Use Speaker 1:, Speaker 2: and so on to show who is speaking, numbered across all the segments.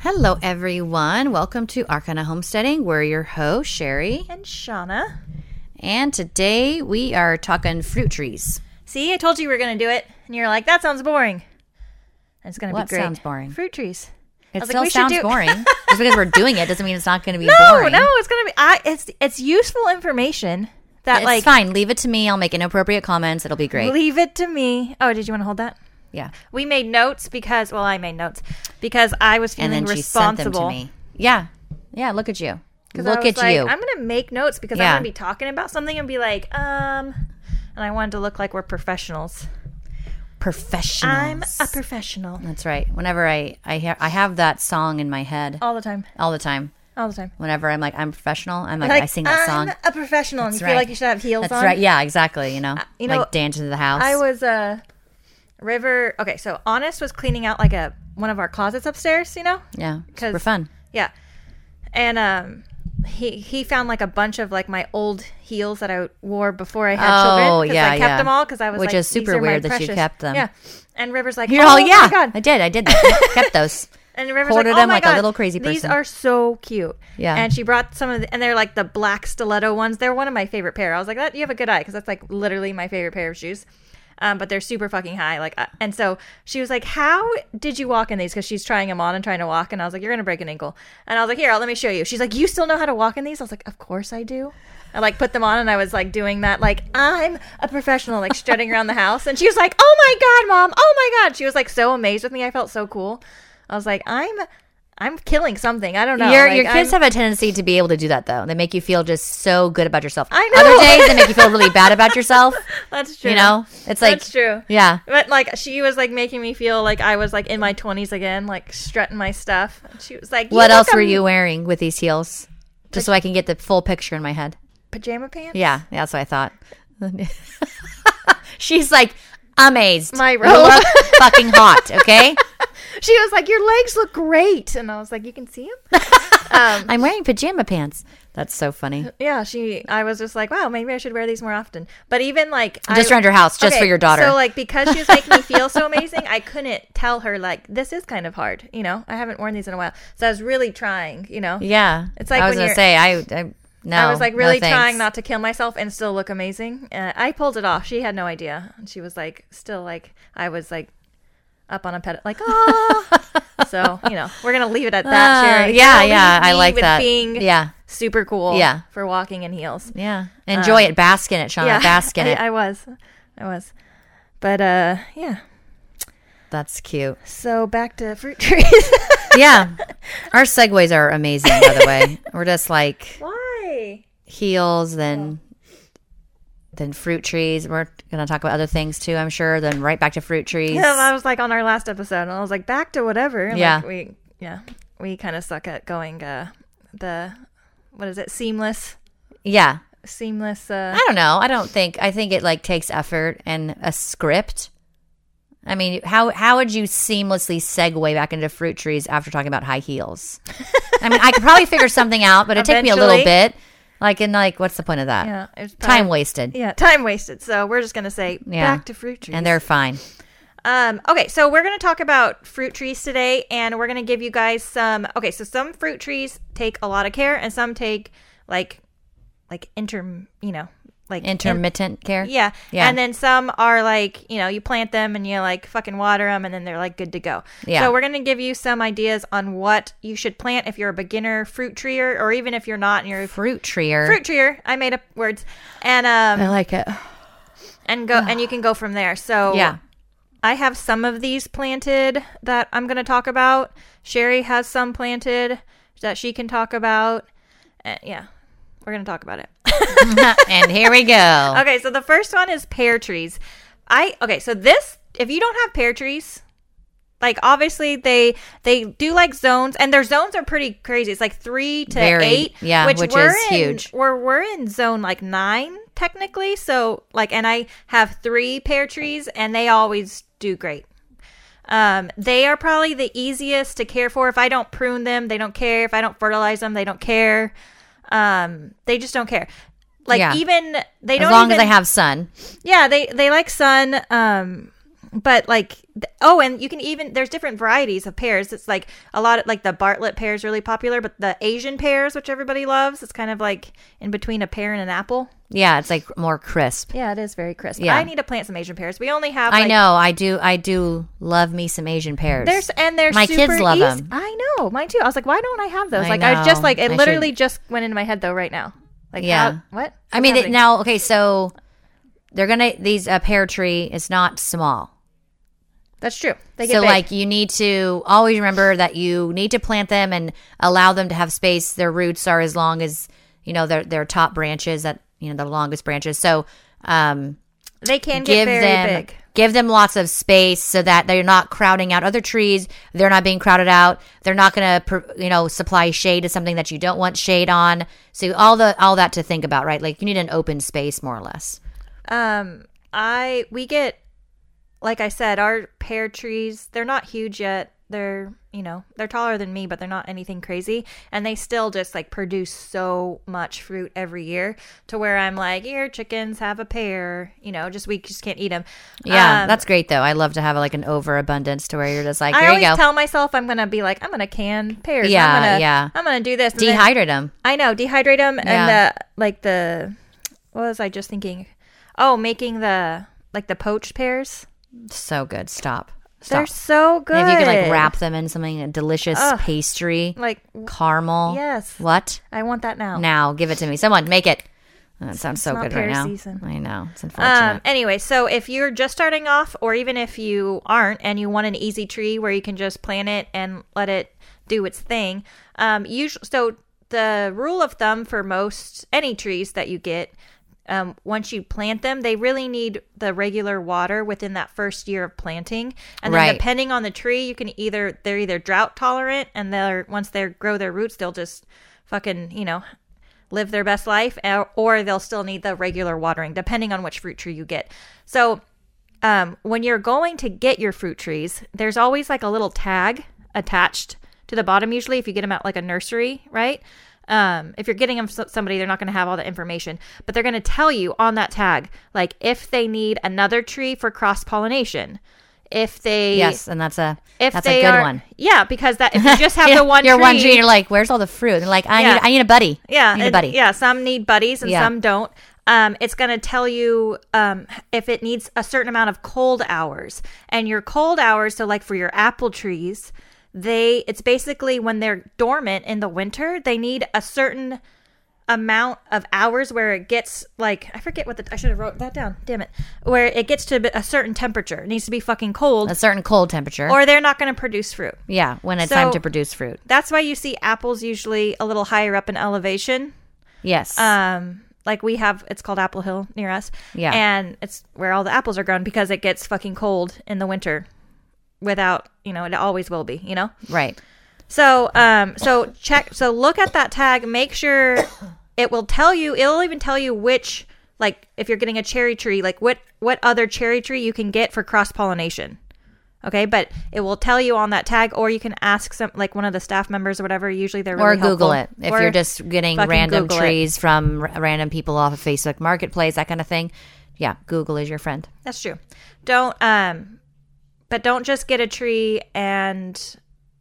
Speaker 1: Hello, everyone. Welcome to Arcana Homesteading. We're your host, Sherry.
Speaker 2: And Shauna.
Speaker 1: And today we are talking fruit trees.
Speaker 2: See, I told you we were going to do it. And you're like, that sounds boring. And it's going to be
Speaker 1: What
Speaker 2: great.
Speaker 1: sounds boring?
Speaker 2: Fruit trees. I
Speaker 1: It
Speaker 2: was like,
Speaker 1: still
Speaker 2: we should
Speaker 1: sounds
Speaker 2: do-
Speaker 1: boring. Just because we're doing it doesn't mean it's not going to be
Speaker 2: No,
Speaker 1: boring.
Speaker 2: no, it's going to be, I, it's, it's useful information that
Speaker 1: It's
Speaker 2: like,
Speaker 1: fine. Leave it to me. I'll make inappropriate comments. It'll be great.
Speaker 2: leave it to me. Oh, did you want to hold that?
Speaker 1: yeah.
Speaker 2: We made notes because, well, I made notes because I was
Speaker 1: And
Speaker 2: feeling
Speaker 1: then she sent them to
Speaker 2: responsible.
Speaker 1: me. Yeah. Yeah. Look at you.
Speaker 2: 'Cause I
Speaker 1: Look
Speaker 2: was
Speaker 1: at
Speaker 2: like,
Speaker 1: you.
Speaker 2: I'm gonna make notes because
Speaker 1: Yeah.
Speaker 2: I'm gonna be talking about something and be like, um, and I wanted to look like we're professionals.
Speaker 1: Professional.
Speaker 2: I'm a professional
Speaker 1: That's right. Whenever I I, ha- I have that song in my head
Speaker 2: all the time,
Speaker 1: all the time.
Speaker 2: all the time.
Speaker 1: Whenever I'm like I'm professional, I'm like,
Speaker 2: Like,
Speaker 1: I sing that
Speaker 2: I'm
Speaker 1: song.
Speaker 2: a professional, and you
Speaker 1: right.
Speaker 2: feel like you should have heels
Speaker 1: That's
Speaker 2: on. Uh,
Speaker 1: right. Yeah, exactly. You know,
Speaker 2: you know,
Speaker 1: like dance into the house.
Speaker 2: I was uh, River. Okay, so Honest was cleaning out like a one of our closets upstairs. You know,
Speaker 1: yeah, it's
Speaker 2: 'cause-
Speaker 1: super
Speaker 2: Oh
Speaker 1: fun.
Speaker 2: Yeah. And um he he found like a bunch of like my old heels that I wore before I had children.
Speaker 1: Oh,
Speaker 2: 'cause
Speaker 1: yeah,
Speaker 2: I kept
Speaker 1: yeah.
Speaker 2: them all because I was
Speaker 1: Which
Speaker 2: like,
Speaker 1: is
Speaker 2: "These
Speaker 1: super
Speaker 2: are my
Speaker 1: weird that you
Speaker 2: precious."
Speaker 1: kept them.
Speaker 2: Yeah. And River's like,
Speaker 1: You're
Speaker 2: oh,
Speaker 1: all yeah.
Speaker 2: my
Speaker 1: I
Speaker 2: god.
Speaker 1: did. I did that. Kept those.
Speaker 2: And River's
Speaker 1: Hoarded
Speaker 2: like, oh
Speaker 1: them
Speaker 2: my
Speaker 1: like a
Speaker 2: god,
Speaker 1: little crazy
Speaker 2: These
Speaker 1: person."
Speaker 2: are so cute.
Speaker 1: Yeah.
Speaker 2: And she brought some of, the, and they're like the black stiletto ones. They're one of my favorite pair. I was like, that you have a good eye because that's like literally my favorite pair of shoes. Um, but they're super fucking high. Like, uh, and so she was like, "How did you walk in these?" Because she's trying them on and trying to walk, and I was like, "You're gonna break an ankle." And I was like, "Here, let me show you." She's like, "You still know how to walk in these?" I was like, "Of course I do." I like put them on, and I was like doing that, like I'm a professional, like strutting around the house. And she was like, "Oh my god, mom! Oh my god!" She was like so amazed with me. I felt so cool. I was like, "I'm, I'm killing something. I don't know."
Speaker 1: your
Speaker 2: Like,
Speaker 1: your kids
Speaker 2: I'm-
Speaker 1: have a tendency to be able to do that though. They make you feel just so good about yourself.
Speaker 2: I know.
Speaker 1: Other days they make you feel really bad about yourself.
Speaker 2: that's true.
Speaker 1: You know, it's like
Speaker 2: that's true.
Speaker 1: Yeah.
Speaker 2: But like she was like making me feel like I was like in my twenties again, like strutting my stuff. And she was like, "You
Speaker 1: What
Speaker 2: look um,
Speaker 1: else were
Speaker 2: am-
Speaker 1: you wearing with these heels? Just so I can get the full picture in my head.
Speaker 2: Pajama pants?
Speaker 1: Yeah, that's what I thought. She's like amazed.
Speaker 2: My
Speaker 1: You
Speaker 2: robe.
Speaker 1: look fucking hot. Okay,
Speaker 2: She was like, "Your legs look great," and I was like, "You can see them." um,
Speaker 1: I'm wearing pajama pants. That's so funny.
Speaker 2: yeah, she. I was just like, "Wow, maybe I should wear these more often." But even like,
Speaker 1: Just
Speaker 2: I,
Speaker 1: around your house, just for
Speaker 2: Okay,
Speaker 1: your daughter.
Speaker 2: So like, because she was making me feel so amazing, I couldn't tell her like, "This is kind of hard." You know, I haven't worn these in a while, so I was really trying. You know,
Speaker 1: yeah,
Speaker 2: It's like
Speaker 1: I was gonna
Speaker 2: when you're-
Speaker 1: say I. I no,
Speaker 2: I was like
Speaker 1: Oh, no
Speaker 2: really
Speaker 1: thanks.
Speaker 2: trying not to kill myself and still look amazing. Uh, I pulled it off. She had no idea. And she was like, still like, I was like up on a pedestal, like, oh. so, you know, we're going to leave it at that,
Speaker 1: Uh,
Speaker 2: Sherry.
Speaker 1: yeah,
Speaker 2: Leave
Speaker 1: yeah, I
Speaker 2: me
Speaker 1: like
Speaker 2: with
Speaker 1: that.
Speaker 2: Being
Speaker 1: Yeah.
Speaker 2: super cool
Speaker 1: Yeah.
Speaker 2: for walking in heels.
Speaker 1: Yeah, enjoy it, bask in it, Shauna, bask in
Speaker 2: Um, I,
Speaker 1: it.
Speaker 2: I was. I was. But uh yeah.
Speaker 1: That's cute.
Speaker 2: So back to fruit trees.
Speaker 1: Yeah, our segues are amazing. By the way, we're just like
Speaker 2: Why?
Speaker 1: heels, then then fruit trees. We're gonna talk about other things too, I'm sure. Then right back to fruit trees.
Speaker 2: Yeah, I was like on our last episode, and I was like back to whatever. and,
Speaker 1: Yeah.
Speaker 2: like, we yeah we kind of suck at going uh, the what is it seamless
Speaker 1: yeah,
Speaker 2: seamless. Uh,
Speaker 1: I don't know. I don't think. I think it like takes effort and a script. I mean, how how would you seamlessly segue back into fruit trees after talking about high heels? I mean, I could probably figure something out, but it took me a little
Speaker 2: Eventually.
Speaker 1: bit. Like, and like, what's the point of that?
Speaker 2: yeah, it's
Speaker 1: Time
Speaker 2: probably-
Speaker 1: wasted,
Speaker 2: Yeah, time wasted. So we're just gonna say
Speaker 1: Yeah.
Speaker 2: back to fruit trees.
Speaker 1: and they're fine.
Speaker 2: Um, okay, so we're going to talk about fruit trees today, and we're going to give you guys some. Okay, so some fruit trees take a lot of care, and some take like, like inter, you know, like in-
Speaker 1: Intermittent care.
Speaker 2: Yeah.
Speaker 1: Yeah.
Speaker 2: And then some are like, you know, you plant them and you like fucking water them and then they're like good to go.
Speaker 1: Yeah.
Speaker 2: So we're going to give you some ideas on what you should plant if you're a beginner fruit treer or even if you're not and you're a
Speaker 1: fruit treer.
Speaker 2: fruit treer. I made up words. And um
Speaker 1: like it.
Speaker 2: and go and you can go from there. So
Speaker 1: Yeah.
Speaker 2: I have some of these planted that I'm going to talk about. Sherry has some planted that she can talk about. And yeah. We're going to talk about it.
Speaker 1: and here we go.
Speaker 2: Okay, so the first one is pear trees. I okay, so this if you don't have pear trees, like obviously they they do like zones and their zones are pretty crazy. It's like three to
Speaker 1: Varied,
Speaker 2: eight.
Speaker 1: yeah, which
Speaker 2: we're
Speaker 1: is
Speaker 2: in-
Speaker 1: huge.
Speaker 2: We're we're in zone like nine technically. So like and I have three pear trees and they always do great. Um, they are probably the easiest to care for. If I don't prune them, they don't care. If I don't fertilize them, they don't care. Um, they just don't care. Like
Speaker 1: Yeah.
Speaker 2: even they
Speaker 1: As
Speaker 2: don't
Speaker 1: long
Speaker 2: even,
Speaker 1: as I have sun.
Speaker 2: yeah, they they like sun. Um, but like th- oh and you can even there's different varieties of pears it's like a lot of like the bartlett pear is really popular but the asian pears which everybody loves it's kind of like in between a pear and an apple
Speaker 1: Yeah, it's like more crisp.
Speaker 2: yeah it is very crisp
Speaker 1: Yeah.
Speaker 2: i need to plant some asian pears we only have
Speaker 1: I
Speaker 2: like,
Speaker 1: know. I do. I do love me some Asian pears.
Speaker 2: there's and they're
Speaker 1: My
Speaker 2: super
Speaker 1: kids love
Speaker 2: eas-
Speaker 1: 'em.
Speaker 2: i know mine too i was like why don't i have those
Speaker 1: I
Speaker 2: like i was just
Speaker 1: know.
Speaker 2: like it
Speaker 1: I should-
Speaker 2: literally just went into my head though right now like
Speaker 1: Yeah.
Speaker 2: how- what
Speaker 1: I mean,
Speaker 2: What's
Speaker 1: it,
Speaker 2: happening?
Speaker 1: now okay, so they're gonna these a pear tree is not small.
Speaker 2: that's true they get
Speaker 1: So
Speaker 2: big.
Speaker 1: like you need to always remember that you need to plant them and allow them to have space. Their roots are as long as you know their their top branches that you know the longest branches. So um,
Speaker 2: they can get
Speaker 1: give
Speaker 2: very
Speaker 1: them
Speaker 2: big
Speaker 1: give them lots of space so that they're not crowding out other trees. They're not being crowded out. They're not going to you know supply shade to something that you don't want shade on. So all the all that to think about, right? Like you need an open space more or less.
Speaker 2: Um, I we get like I said, our pear trees, they're not huge yet. They're, you know, they're taller than me, but they're not anything crazy. And they still just like produce so much fruit every year to where I'm like, here, chickens have a pear. You know, just we just can't eat them.
Speaker 1: Yeah, that's great though. I love to have like an overabundance to where you're just like,
Speaker 2: Um, I
Speaker 1: here you
Speaker 2: always
Speaker 1: go,
Speaker 2: tell myself I'm gonna be like, I'm gonna can pears.
Speaker 1: Yeah,
Speaker 2: I'm gonna,
Speaker 1: yeah.
Speaker 2: I'm gonna do this. And then-
Speaker 1: dehydrate them.
Speaker 2: I know, dehydrate them
Speaker 1: Yeah.
Speaker 2: and the like the what was I just thinking? Oh, making the like the poached pears.
Speaker 1: So good. Stop. Stop.
Speaker 2: They're so good.
Speaker 1: And if you can like wrap them in something, a delicious pastry,
Speaker 2: Like, w-
Speaker 1: caramel.
Speaker 2: Yes.
Speaker 1: What?
Speaker 2: I want that now.
Speaker 1: Now, give it to me. Someone, make it. Oh, it sounds so
Speaker 2: not
Speaker 1: good
Speaker 2: pear
Speaker 1: right now.
Speaker 2: season.
Speaker 1: I know. It's unfortunate.
Speaker 2: Um, anyway, so if you're just starting off, or even if you aren't and you want an easy tree where you can just plant it and let it do its thing, um, usually, so the rule of thumb for most any trees that you get, um, once you plant them, they really need the regular water within that first year of planting. And then
Speaker 1: Right.
Speaker 2: depending on the tree, you can either they're either drought tolerant and they're once they grow their roots, they'll just fucking you know live their best life or, or they'll still need the regular watering depending on which fruit tree you get so um, when you're going to get your fruit trees there's always like a little tag attached to the bottom usually if you get them at like a nursery right um, if you're getting them from somebody they're not going to have all the information but they're going to tell you on that tag like if they need another tree for cross pollination if they
Speaker 1: yes, and that's a
Speaker 2: if
Speaker 1: that's
Speaker 2: they
Speaker 1: a good
Speaker 2: are,
Speaker 1: one.
Speaker 2: yeah because that if you just have the one
Speaker 1: You're one tree. You're like, where's all the fruit? And like, I
Speaker 2: Yeah.
Speaker 1: need I need a buddy.
Speaker 2: Yeah,
Speaker 1: I need a
Speaker 2: and-
Speaker 1: buddy.
Speaker 2: Yeah, some need buddies and
Speaker 1: Yeah.
Speaker 2: some don't. Um, it's going to tell you um, if it needs a certain amount of cold hours. And your cold hours, so like for your apple trees, they it's basically when they're dormant in the winter, they need a certain amount of hours where it gets like I forget what the I should have wrote that down. Damn it. Where it gets to a certain temperature. It needs to be fucking cold
Speaker 1: A certain cold temperature.
Speaker 2: or they're not going to produce fruit.
Speaker 1: yeah, when it's time
Speaker 2: So-
Speaker 1: to produce fruit.
Speaker 2: That's why you see apples usually a little higher up in elevation
Speaker 1: Yes.
Speaker 2: um like we have it's called apple hill near us
Speaker 1: Yeah.
Speaker 2: and it's where all the apples are grown because it gets fucking cold in the winter without you know it always will be you know
Speaker 1: right.
Speaker 2: so um so check so look at that tag make sure it will tell you it'll even tell you which like if you're getting a cherry tree like what what other cherry tree you can get for cross pollination okay but it will tell you on that tag or you can ask some like one of the staff members or whatever usually they're
Speaker 1: or
Speaker 2: really
Speaker 1: Google
Speaker 2: helpful.
Speaker 1: it if
Speaker 2: Or-
Speaker 1: you're just getting
Speaker 2: fucking
Speaker 1: random
Speaker 2: Google it.
Speaker 1: trees from r- random people off of Facebook Marketplace, that kind of thing. Yeah, Google is your friend.
Speaker 2: That's true. Don't um but don't just get a tree and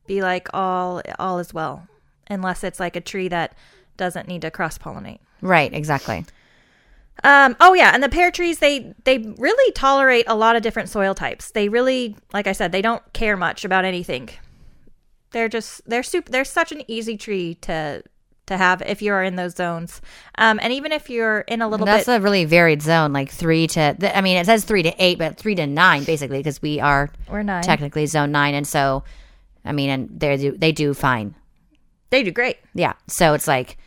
Speaker 2: be like all all is well unless it's like a tree that doesn't need to cross-pollinate.
Speaker 1: Right. Exactly.
Speaker 2: Um oh yeah, and the pear trees they they really tolerate a lot of different soil types. They really like I said, they don't care much about anything. They're just they're super they're such an easy tree to to have if you are in those zones. Um and even if you're in a little
Speaker 1: That's
Speaker 2: bit
Speaker 1: a really varied zone, like three to. th- I mean, it says three to eight, but three to nine basically because we are
Speaker 2: or nine.
Speaker 1: technically zone nine, and so, I mean, and they do they do fine.
Speaker 2: they do great.
Speaker 1: Yeah. So it's like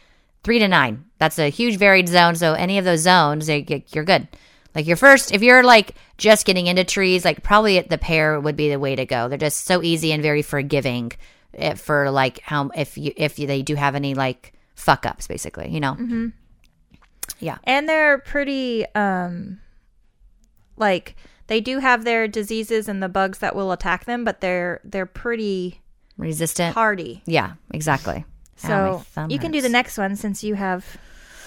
Speaker 1: three to nine. That's a huge varied zone. So any of those zones, you- you- you're good. Like your first, if you're like just getting into trees, like probably the pear would be the way to go. They're just so easy and very forgiving eh, for like how if you if they do have any like fuck ups, basically, you know.
Speaker 2: Mm-hmm. and they're pretty um like they do have their diseases and the bugs that will attack them but they're they're pretty
Speaker 1: Resistant.
Speaker 2: hardy
Speaker 1: Yeah. Exactly. Ow, my
Speaker 2: so
Speaker 1: thumb
Speaker 2: you can do the
Speaker 1: hurts.
Speaker 2: next one since you have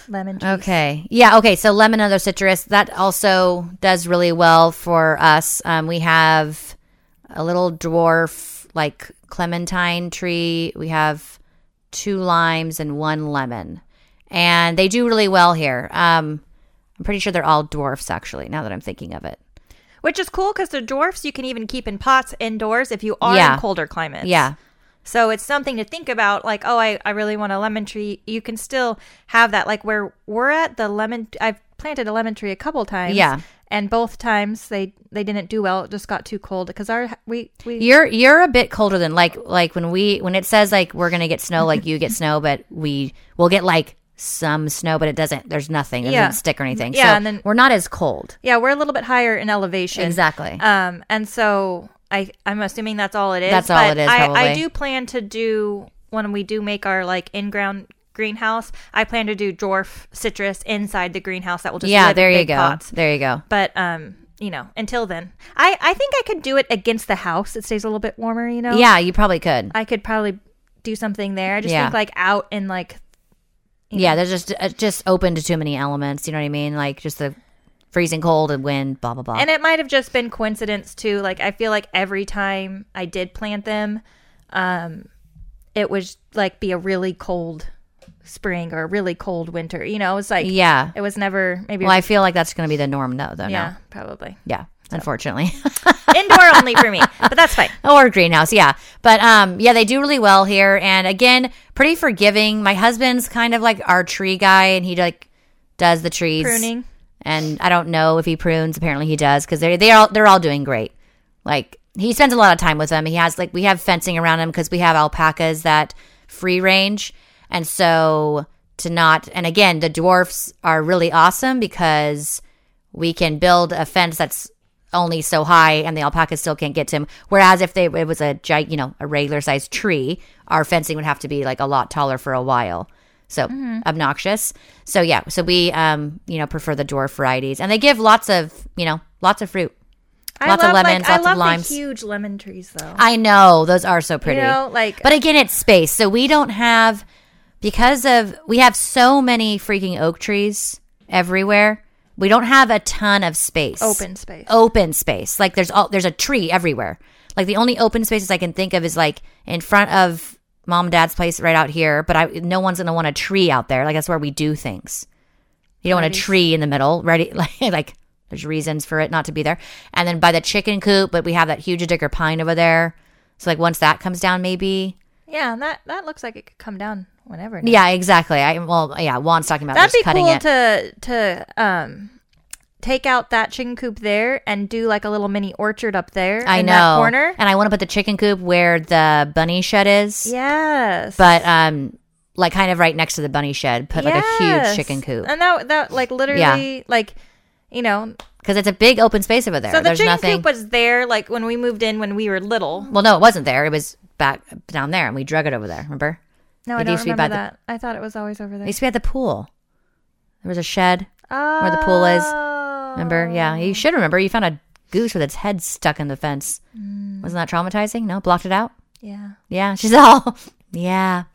Speaker 2: Lemon juice.
Speaker 1: Okay. Yeah. Okay. So lemon and other citrus that also does really well for us. Um, we have a little dwarf like clementine tree. We have two limes and one lemon, and they do really well here. Um, I'm pretty sure they're all dwarfs actually. Now that I'm thinking of it.
Speaker 2: Which is cool because the dwarfs you can even keep in pots indoors if you are
Speaker 1: Yeah.
Speaker 2: in colder climates.
Speaker 1: Yeah.
Speaker 2: So it's something to think about. Like, oh, I, I really want a lemon tree. You can still have that. Like where we're at, the lemon. I've planted a lemon tree a couple times.
Speaker 1: Yeah.
Speaker 2: And both times they they didn't do well. It just got too cold because our we we
Speaker 1: You're you're a bit colder than like like when we when it says like we're gonna get snow like you get snow but we will get like some snow but it doesn't there's nothing it
Speaker 2: Yeah.
Speaker 1: doesn't stick or anything
Speaker 2: Yeah,
Speaker 1: so
Speaker 2: and then-
Speaker 1: we're not as cold
Speaker 2: yeah we're a little bit higher in elevation.
Speaker 1: exactly
Speaker 2: Um. And so I I'm assuming that's all it is.
Speaker 1: That's all
Speaker 2: but
Speaker 1: it is,
Speaker 2: I, I
Speaker 1: probably.
Speaker 2: do plan to do when we do make our like in ground greenhouse. I plan to do dwarf citrus inside the greenhouse. That will just
Speaker 1: yeah
Speaker 2: live in
Speaker 1: there you
Speaker 2: big
Speaker 1: go
Speaker 2: pots.
Speaker 1: there you go
Speaker 2: but um you know until then i i think i could do it against the house it stays a little bit warmer you know
Speaker 1: yeah you probably could
Speaker 2: Oh. i could probably do something there i just
Speaker 1: Yeah.
Speaker 2: think like out in like
Speaker 1: yeah there's just uh, just open to too many elements you know what I mean like just the freezing cold and wind blah blah blah
Speaker 2: and it might have just been coincidence too like i feel like every time i did plant them um it was like be a really cold spring or a really cold winter you know it's like
Speaker 1: yeah
Speaker 2: it was never maybe
Speaker 1: well I feel like that's gonna be the norm though though
Speaker 2: yeah
Speaker 1: now
Speaker 2: probably
Speaker 1: yeah unfortunately.
Speaker 2: indoor only for me but that's fine
Speaker 1: or Oh, greenhouse yeah but um yeah they do really well here and again pretty forgiving my husband's kind of like our tree guy and he like does the trees
Speaker 2: pruning
Speaker 1: and i don't know if he prunes apparently he does because they're they all they're all doing great like he spends a lot of time with them he has like we have fencing around him because we have alpacas that free range and so to not and again the dwarfs are really awesome because we can build a fence that's only so high and the alpaca still can't get to him whereas if they it was a gi- you know a regular sized tree our fencing would have to be like a lot taller for a while so
Speaker 2: Mm-hmm.
Speaker 1: obnoxious so yeah so we um you know prefer the dwarf varieties and they give lots of you know lots of fruit Lots
Speaker 2: I
Speaker 1: of
Speaker 2: love,
Speaker 1: lemons,
Speaker 2: like,
Speaker 1: lots of
Speaker 2: I love
Speaker 1: limes.
Speaker 2: the huge lemon trees though
Speaker 1: i know those are so pretty
Speaker 2: you know like
Speaker 1: but again, it's space. So we don't have because of we have so many freaking oak trees everywhere. We don't have a ton of space.
Speaker 2: open space.
Speaker 1: Open space. Like there's all there's a tree everywhere. Like the only open spaces I can think of is like in front of mom and dad's place right out here, but I no one's gonna want a tree out there. Like that's where we do things. You don't want a
Speaker 2: Parties.
Speaker 1: tree in the middle, ready like like there's reasons for it not to be there. And then by the chicken coop, but we have that huge digger pine over there. So like once that comes down maybe
Speaker 2: Yeah, and that that looks like it could come down whenever.
Speaker 1: yeah, exactly. I well, yeah. Juan's talking about
Speaker 2: That'd
Speaker 1: just
Speaker 2: be
Speaker 1: cutting
Speaker 2: cool
Speaker 1: it.
Speaker 2: to to um take out that chicken coop there and do like a little mini orchard up there.
Speaker 1: I
Speaker 2: in
Speaker 1: know.
Speaker 2: that corner.
Speaker 1: And I want to put the chicken coop where the bunny shed is,
Speaker 2: Yes,
Speaker 1: but um, like kind of right next to the bunny shed, put like a huge
Speaker 2: Yes.
Speaker 1: chicken coop
Speaker 2: and that that like literally like you know
Speaker 1: because it's a big open space over there.
Speaker 2: so the
Speaker 1: There's
Speaker 2: chicken
Speaker 1: nothing.
Speaker 2: coop was there like when we moved in when we were little.
Speaker 1: well, no, it wasn't there. It was back down there, and we drug it over there. Remember?
Speaker 2: No, I
Speaker 1: It
Speaker 2: don't
Speaker 1: used to be
Speaker 2: remember
Speaker 1: by the-
Speaker 2: that. I thought it was always over
Speaker 1: It
Speaker 2: there.
Speaker 1: used to be at the pool. There was a shed.
Speaker 2: Where
Speaker 1: the pool is.
Speaker 2: Oh.
Speaker 1: Remember? Yeah, you should remember. You found a goose with its head stuck in the fence. Wasn't that traumatizing? No, blocked it out.
Speaker 2: Yeah.
Speaker 1: Yeah, she's all yeah,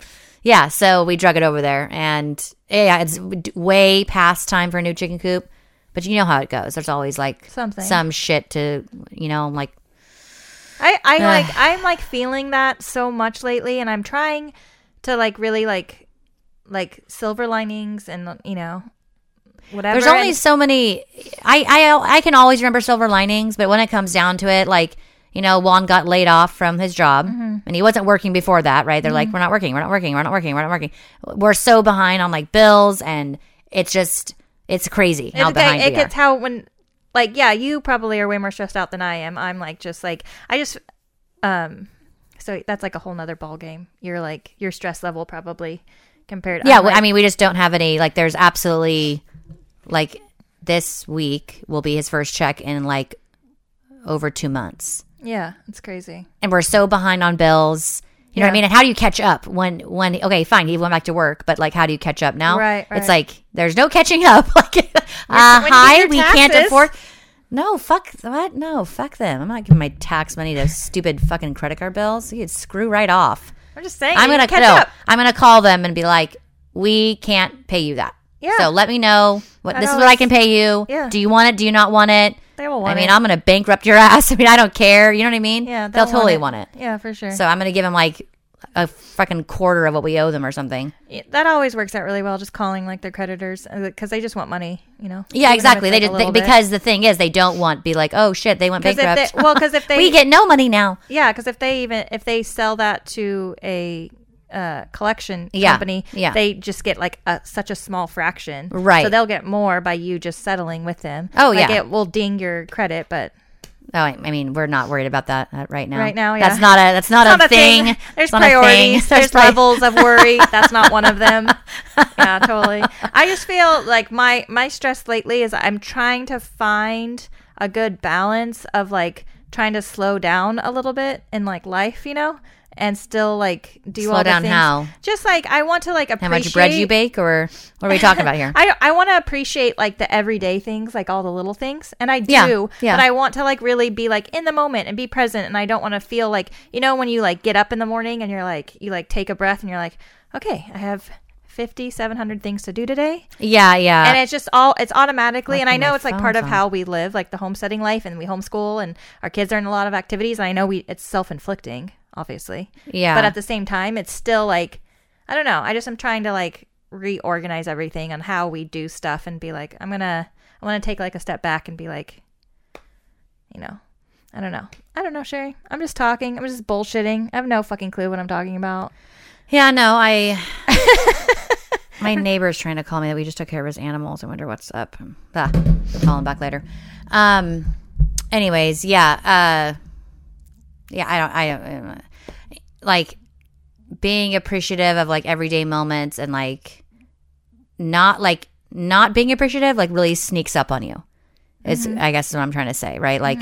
Speaker 1: yeah. So we drug it over there, and yeah, it's d- way past time for a new chicken coop. But you know how it goes. There's always like
Speaker 2: Something.
Speaker 1: some shit to you know, like
Speaker 2: I, I like I'm like feeling that so much lately and I'm trying to like really like like silver linings and you know whatever.
Speaker 1: there's only
Speaker 2: and-
Speaker 1: so many. I I I can always remember silver linings, but when it comes down to it, like you know, Juan got laid off from his job,
Speaker 2: Mm-hmm.
Speaker 1: and he wasn't working before that, right? They're like, we're not working, we're not working, we're not working, we're not working. We're so behind on like bills, and it's just it's crazy how
Speaker 2: it's
Speaker 1: behind we
Speaker 2: it
Speaker 1: are.
Speaker 2: gets how when like yeah, you probably are way more stressed out than I am. I'm like just like I just um so that's like a whole nother ball game. You're like your stress level probably compared
Speaker 1: Yeah,
Speaker 2: I'm
Speaker 1: well,
Speaker 2: like-
Speaker 1: I mean, we just don't have any. Like, there's absolutely like this week will be his first check in like over two months,
Speaker 2: yeah, it's crazy.
Speaker 1: and we're so behind on bills. You know what
Speaker 2: Yeah.
Speaker 1: I mean? And how do you catch up when when okay, fine, he went back to work, but like, how do you catch up now?
Speaker 2: Right, right.
Speaker 1: It's like there's no catching up. like, uh,
Speaker 2: when you get
Speaker 1: hi,
Speaker 2: your
Speaker 1: we can't
Speaker 2: taxes-
Speaker 1: afford. No, fuck what? No, fuck them. I'm not giving my tax money to stupid fucking credit card bills. You could screw right off.
Speaker 2: I'm just saying
Speaker 1: I'm
Speaker 2: you
Speaker 1: gonna
Speaker 2: catch
Speaker 1: no,
Speaker 2: up.
Speaker 1: I'm gonna call them and be like, we can't pay you that.
Speaker 2: Yeah.
Speaker 1: So let me know what
Speaker 2: I
Speaker 1: this is
Speaker 2: know,
Speaker 1: what I can
Speaker 2: it's-
Speaker 1: pay you.
Speaker 2: Yeah.
Speaker 1: Do you want it? Do you not want it?
Speaker 2: They will want
Speaker 1: I mean,
Speaker 2: it.
Speaker 1: I'm gonna bankrupt your ass. I mean, I don't care. You know what I mean?
Speaker 2: yeah,
Speaker 1: They'll, totally want it.
Speaker 2: Yeah, for sure.
Speaker 1: So I'm gonna give them like a fucking quarter of what we owe them or something.
Speaker 2: Yeah, that always works out really well. Just calling like their creditors because they just want money, you know.
Speaker 1: Yeah,
Speaker 2: Even if
Speaker 1: exactly.
Speaker 2: it's,
Speaker 1: They
Speaker 2: like, a
Speaker 1: just they,
Speaker 2: little bit.
Speaker 1: because the thing is, they don't want be like, oh shit, they went
Speaker 2: 'Cause if
Speaker 1: bankrupt.
Speaker 2: they- well, 'cause if they-
Speaker 1: we get no money now,
Speaker 2: yeah, because if they even if they sell that to a uh, collection
Speaker 1: Yeah,
Speaker 2: company,
Speaker 1: yeah.
Speaker 2: they just get like a, such a small fraction,
Speaker 1: Right.
Speaker 2: So they'll get more by you just settling with them.
Speaker 1: Oh,
Speaker 2: Like,
Speaker 1: yeah.
Speaker 2: it will ding your credit, but
Speaker 1: oh, I, I mean, we're not worried about that uh, right now.
Speaker 2: Right now,
Speaker 1: that's
Speaker 2: yeah.
Speaker 1: not a that's not,
Speaker 2: It's
Speaker 1: a, thing.
Speaker 2: There's
Speaker 1: It's not a thing.
Speaker 2: priorities. There's
Speaker 1: pri-
Speaker 2: levels of worry. That's not one of them. Yeah, totally. I just feel like my my stress lately is I'm trying to find a good balance of like trying to slow down a little bit in like life, you know, and still like do
Speaker 1: Slow
Speaker 2: all the
Speaker 1: down
Speaker 2: things.
Speaker 1: how?
Speaker 2: Just like I want to like appreciate
Speaker 1: How much bread you bake, or what are we talking about here?
Speaker 2: I, I want to appreciate like the everyday things, like all the little things, and I do.
Speaker 1: Yeah, yeah.
Speaker 2: But I want to like really be like in the moment and be present, and I don't want to feel like you know when you like get up in the morning and you're like you like take a breath and you're like, okay, I have. 50 700 things to do today
Speaker 1: yeah, yeah.
Speaker 2: and it's just all it's automatically and i
Speaker 1: Lucky Uh, my
Speaker 2: know it's like part
Speaker 1: phone's
Speaker 2: of
Speaker 1: on.
Speaker 2: how we live like the homesteading life and we homeschool and our kids are in a lot of activities and i know we it's self-inflicting obviously
Speaker 1: Yeah.
Speaker 2: but at the same time it's still like i don't know i just am trying to like reorganize everything on how we do stuff and be like i'm gonna i want to take like a step back and be like you know i don't know i don't know sherry i'm just talking i'm just bullshitting i have no fucking clue what i'm talking about
Speaker 1: Yeah, no, I. my neighbor's trying to call me that we just took care of his animals. I wonder what's up. Ah, I'll call him back later. Um. Anyways, yeah. Uh. Yeah, I don't. I don't. uh, Like being appreciative of like everyday moments and like not like not being appreciative like really sneaks up on you. Is
Speaker 2: Mm-hmm.
Speaker 1: I guess is what I'm trying to say, right? Like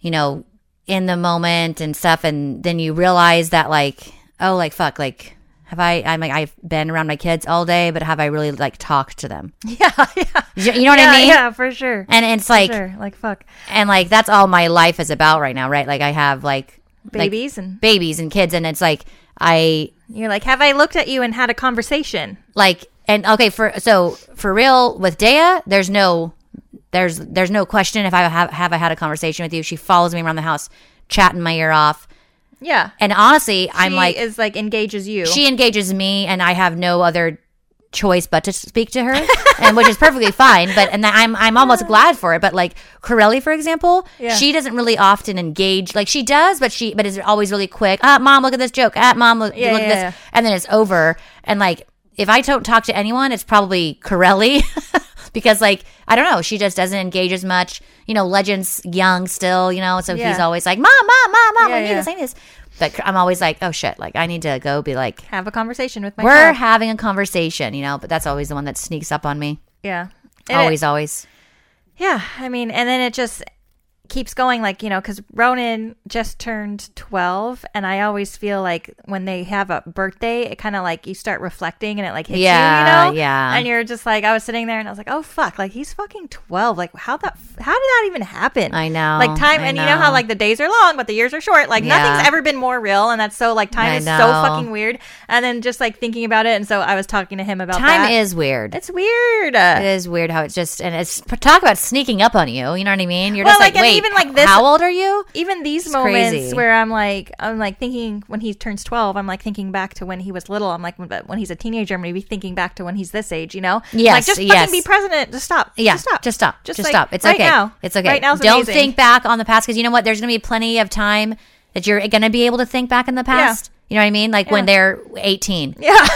Speaker 1: you know, in the moment and stuff. And then you realize that, like, oh, like, fuck, like, have I, I'm like, I've been around my kids all day, but have I really, like, talked to them?
Speaker 2: yeah yeah
Speaker 1: You, you know what
Speaker 2: yeah,
Speaker 1: I mean?
Speaker 2: yeah for sure
Speaker 1: And it's like,
Speaker 2: sure like fuck
Speaker 1: and like, that's all my life is about right now, right? Like, I have, like, like,
Speaker 2: babies and
Speaker 1: babies and kids. And it's like, I,
Speaker 2: You're like, have I looked at you and had a conversation?
Speaker 1: like and okay for so for real with Dea, there's no there's there's no question if I have have I had a conversation with you. She follows me around the house, chatting my ear off.
Speaker 2: Yeah.
Speaker 1: And honestly, I'm
Speaker 2: she
Speaker 1: like
Speaker 2: is like engages you.
Speaker 1: she engages me and I have no other choice but to speak to her and which is perfectly fine but and I'm I'm almost glad for it but like Corelli for example
Speaker 2: Yeah.
Speaker 1: she doesn't really often engage like she does but she but is always really quick ah mom look at this joke ah mom look,
Speaker 2: Yeah,
Speaker 1: look
Speaker 2: yeah,
Speaker 1: at this
Speaker 2: yeah.
Speaker 1: and then it's over and like if I don't talk to anyone it's probably Corelli because like I don't know she just doesn't engage as much you know legends young still you know so he's
Speaker 2: Yeah.
Speaker 1: always like mom mom mom mom I
Speaker 2: Yeah,
Speaker 1: need
Speaker 2: yeah.
Speaker 1: this I need this but I'm always like oh shit like I need to go be like
Speaker 2: have a conversation with my
Speaker 1: we're
Speaker 2: cat.
Speaker 1: having a conversation, you know, but that's always the one that sneaks up on me.
Speaker 2: Yeah. And it-
Speaker 1: Always, always.
Speaker 2: yeah. I mean, and then it just keeps going like, you know, because Ronan just turned 12. And I always feel like when they have a birthday, it kind of like you start reflecting and it like hits
Speaker 1: Yeah,
Speaker 2: you, you know?
Speaker 1: yeah.
Speaker 2: And you're just like, I was sitting there and I was like, oh, fuck. Like, he's fucking 12. Like, how that, how did that even happen?
Speaker 1: I know,
Speaker 2: Like, time,
Speaker 1: I
Speaker 2: and you know how
Speaker 1: know.
Speaker 2: like the days are long, but the years are short. Like,
Speaker 1: Yeah.
Speaker 2: nothing's ever been more real. And that's so like, time
Speaker 1: I
Speaker 2: is so
Speaker 1: know.
Speaker 2: fucking weird. And then just like thinking about it. And so I was talking to him about
Speaker 1: Time
Speaker 2: that.
Speaker 1: is weird.
Speaker 2: It's weird.
Speaker 1: It is weird how it's just and it's talk about sneaking up on you. You know what I mean? You're
Speaker 2: Well,
Speaker 1: just like,
Speaker 2: like, and
Speaker 1: wait,
Speaker 2: even like this-
Speaker 1: How old are you?
Speaker 2: even these moments
Speaker 1: crazy.
Speaker 2: where I'm like, I'm like thinking when he turns 12, I'm like thinking back to when he was little. I'm like, but when he's a teenager, I'm going to be thinking back to when he's this age, you know?
Speaker 1: Yes,
Speaker 2: Like, just
Speaker 1: yes.
Speaker 2: fucking be president. Just stop.
Speaker 1: Yeah,
Speaker 2: Just stop.
Speaker 1: Just stop. Just,
Speaker 2: Just, like,
Speaker 1: stop. It's
Speaker 2: right
Speaker 1: okay.
Speaker 2: now.
Speaker 1: It's okay.
Speaker 2: Right now's
Speaker 1: Don't
Speaker 2: amazing.
Speaker 1: think back on the past because you know what? There's going to be plenty of time that you're going to be able to think back in the past. You know what I mean? Like when they're 18.
Speaker 2: Yeah.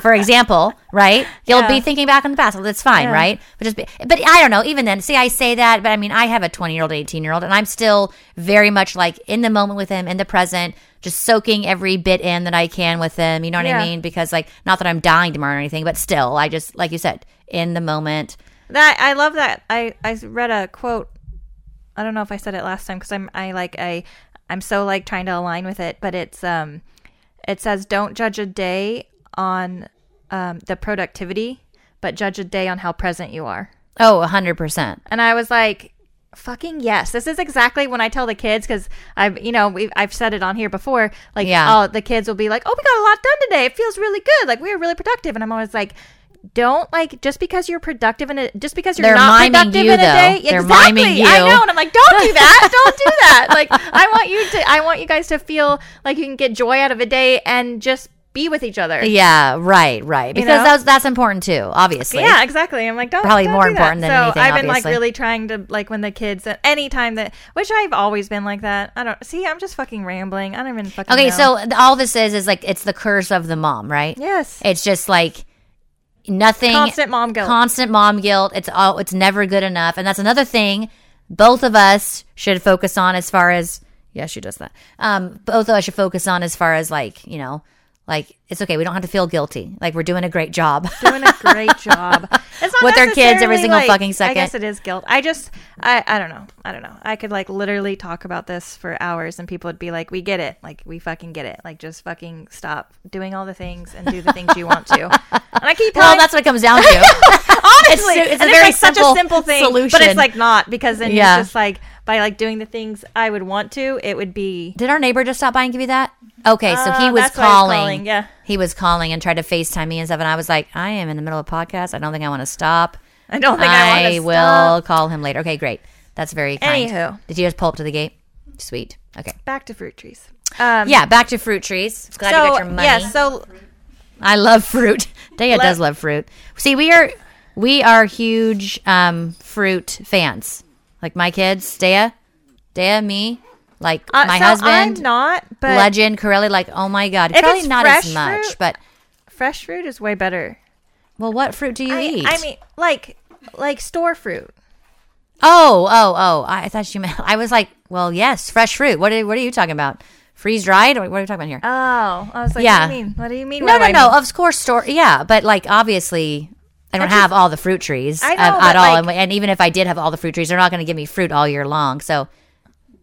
Speaker 1: for example, right? You'll
Speaker 2: Yeah.
Speaker 1: be thinking back on the past. Well, that's fine, right? But just, be, but I don't know. Even then, see, I say that, but I mean, I have a twenty-year-old, eighteen-year-old, and I'm still very much like in the moment with him, in the present, just soaking every bit in that I can with him. You know what
Speaker 2: Yeah.
Speaker 1: I mean? Because like, not that I'm dying tomorrow or anything, but still, I just, like you said, in the moment.
Speaker 2: That I love that. I I read a quote. I don't know if I said it last time because I'm I like I I'm so like trying to align with it, but it's um it says don't judge a day on um the productivity, but judge a day on how present you are.
Speaker 1: Oh, hundred percent.
Speaker 2: And I was like, fucking yes. This is exactly when I tell the kids because I've, you know, we've, I've said it on here before. Like,
Speaker 1: Yeah.
Speaker 2: oh, the kids will be like, oh, we got a lot done today. It feels really good. Like, we were really productive. And I'm always like, don't like just because you're productive in a just because you're
Speaker 1: They're
Speaker 2: not
Speaker 1: miming
Speaker 2: productive
Speaker 1: you,
Speaker 2: in a
Speaker 1: though.
Speaker 2: day.
Speaker 1: They're
Speaker 2: exactly.
Speaker 1: miming
Speaker 2: I
Speaker 1: you.
Speaker 2: know, and I'm like, don't do that. don't do that. Like I want you to I want you guys to feel like you can get joy out of a day and just be with each other.
Speaker 1: Yeah, right, right. Because
Speaker 2: know?
Speaker 1: that's that's important too, obviously.
Speaker 2: Yeah, exactly. I'm like, don't
Speaker 1: Probably
Speaker 2: don't
Speaker 1: more
Speaker 2: do that.
Speaker 1: important than
Speaker 2: so
Speaker 1: anything,
Speaker 2: I've been
Speaker 1: obviously.
Speaker 2: like really trying to like when the kids at any time that which I've always been like that. I don't see. I'm just fucking rambling. I don't even fucking.
Speaker 1: Okay,
Speaker 2: know.
Speaker 1: so th- all this is is like it's the curse of the mom, right?
Speaker 2: yes,
Speaker 1: It's just like nothing
Speaker 2: constant mom guilt.
Speaker 1: constant mom guilt. It's all it's never good enough. And that's another thing both of us should focus on as far as yeah, she does that. Um both of us should focus on as far as like, you know, like it's okay, we don't have to feel guilty. Like we're doing a great job.
Speaker 2: doing a great job. It's not
Speaker 1: With their kids every
Speaker 2: necessarily,
Speaker 1: single
Speaker 2: like-
Speaker 1: fucking
Speaker 2: I
Speaker 1: second.
Speaker 2: guess it is guilt. I just, I, I don't know. I don't know. I could like literally talk about this for hours, and people would be like, "We get it. Like we fucking get it. Like just fucking stop doing all the things and do the things you want to." And I keep
Speaker 1: well,
Speaker 2: telling
Speaker 1: that's what it comes down to.
Speaker 2: honestly,
Speaker 1: It's- it's a
Speaker 2: and
Speaker 1: very
Speaker 2: like such
Speaker 1: simple
Speaker 2: a simple thing, but
Speaker 1: solution.
Speaker 2: it's like not because then
Speaker 1: Yeah.
Speaker 2: you're just like by like doing the things I would want to, it would be
Speaker 1: Did our neighbor just stop by and give you that? Okay, so he
Speaker 2: Uh,
Speaker 1: was
Speaker 2: that's why he's
Speaker 1: calling.
Speaker 2: calling, yeah.
Speaker 1: He was calling and tried to FaceTime me and stuff. And I was like, I am in the middle of a podcast. I don't think I want to stop.
Speaker 2: I don't think I, want to
Speaker 1: will
Speaker 2: stop.
Speaker 1: call him later. Okay, great. That's very kind.
Speaker 2: Anywho.
Speaker 1: Did you just pull up to the gate? Sweet. Okay.
Speaker 2: back to fruit trees. Um,
Speaker 1: Yeah, back to fruit trees. Glad
Speaker 2: so
Speaker 1: you got your money.
Speaker 2: yeah, so
Speaker 1: I love fruit. Daya
Speaker 2: Let-
Speaker 1: does love fruit. See, we are we are huge um, fruit fans. Like my kids, Daya, Daya, me, like
Speaker 2: uh,
Speaker 1: my
Speaker 2: so
Speaker 1: husband.
Speaker 2: I'm not, but
Speaker 1: Legend Corelli, like, oh my god,
Speaker 2: If
Speaker 1: probably
Speaker 2: it's
Speaker 1: not as
Speaker 2: fresh
Speaker 1: much,
Speaker 2: fruit,
Speaker 1: but
Speaker 2: fresh fruit is way better.
Speaker 1: well, what fruit do you
Speaker 2: I,
Speaker 1: eat?
Speaker 2: I mean, like like store fruit.
Speaker 1: oh, oh, oh, I I thought you meant. I was like, well, yes, fresh fruit. What are, what are you talking about? Freeze dried? What are you talking about here?
Speaker 2: Oh, I was like,
Speaker 1: Yeah.
Speaker 2: what do you mean? What do you mean?
Speaker 1: no,
Speaker 2: What do
Speaker 1: no,
Speaker 2: I
Speaker 1: no.
Speaker 2: mean?
Speaker 1: Of course, store. Yeah, but like obviously. I don't
Speaker 2: just-
Speaker 1: have all the fruit trees
Speaker 2: I
Speaker 1: of-
Speaker 2: know,
Speaker 1: at
Speaker 2: but,
Speaker 1: all,
Speaker 2: like-
Speaker 1: and, and even if I did have all the fruit trees, they're not going to give me fruit all year long. So,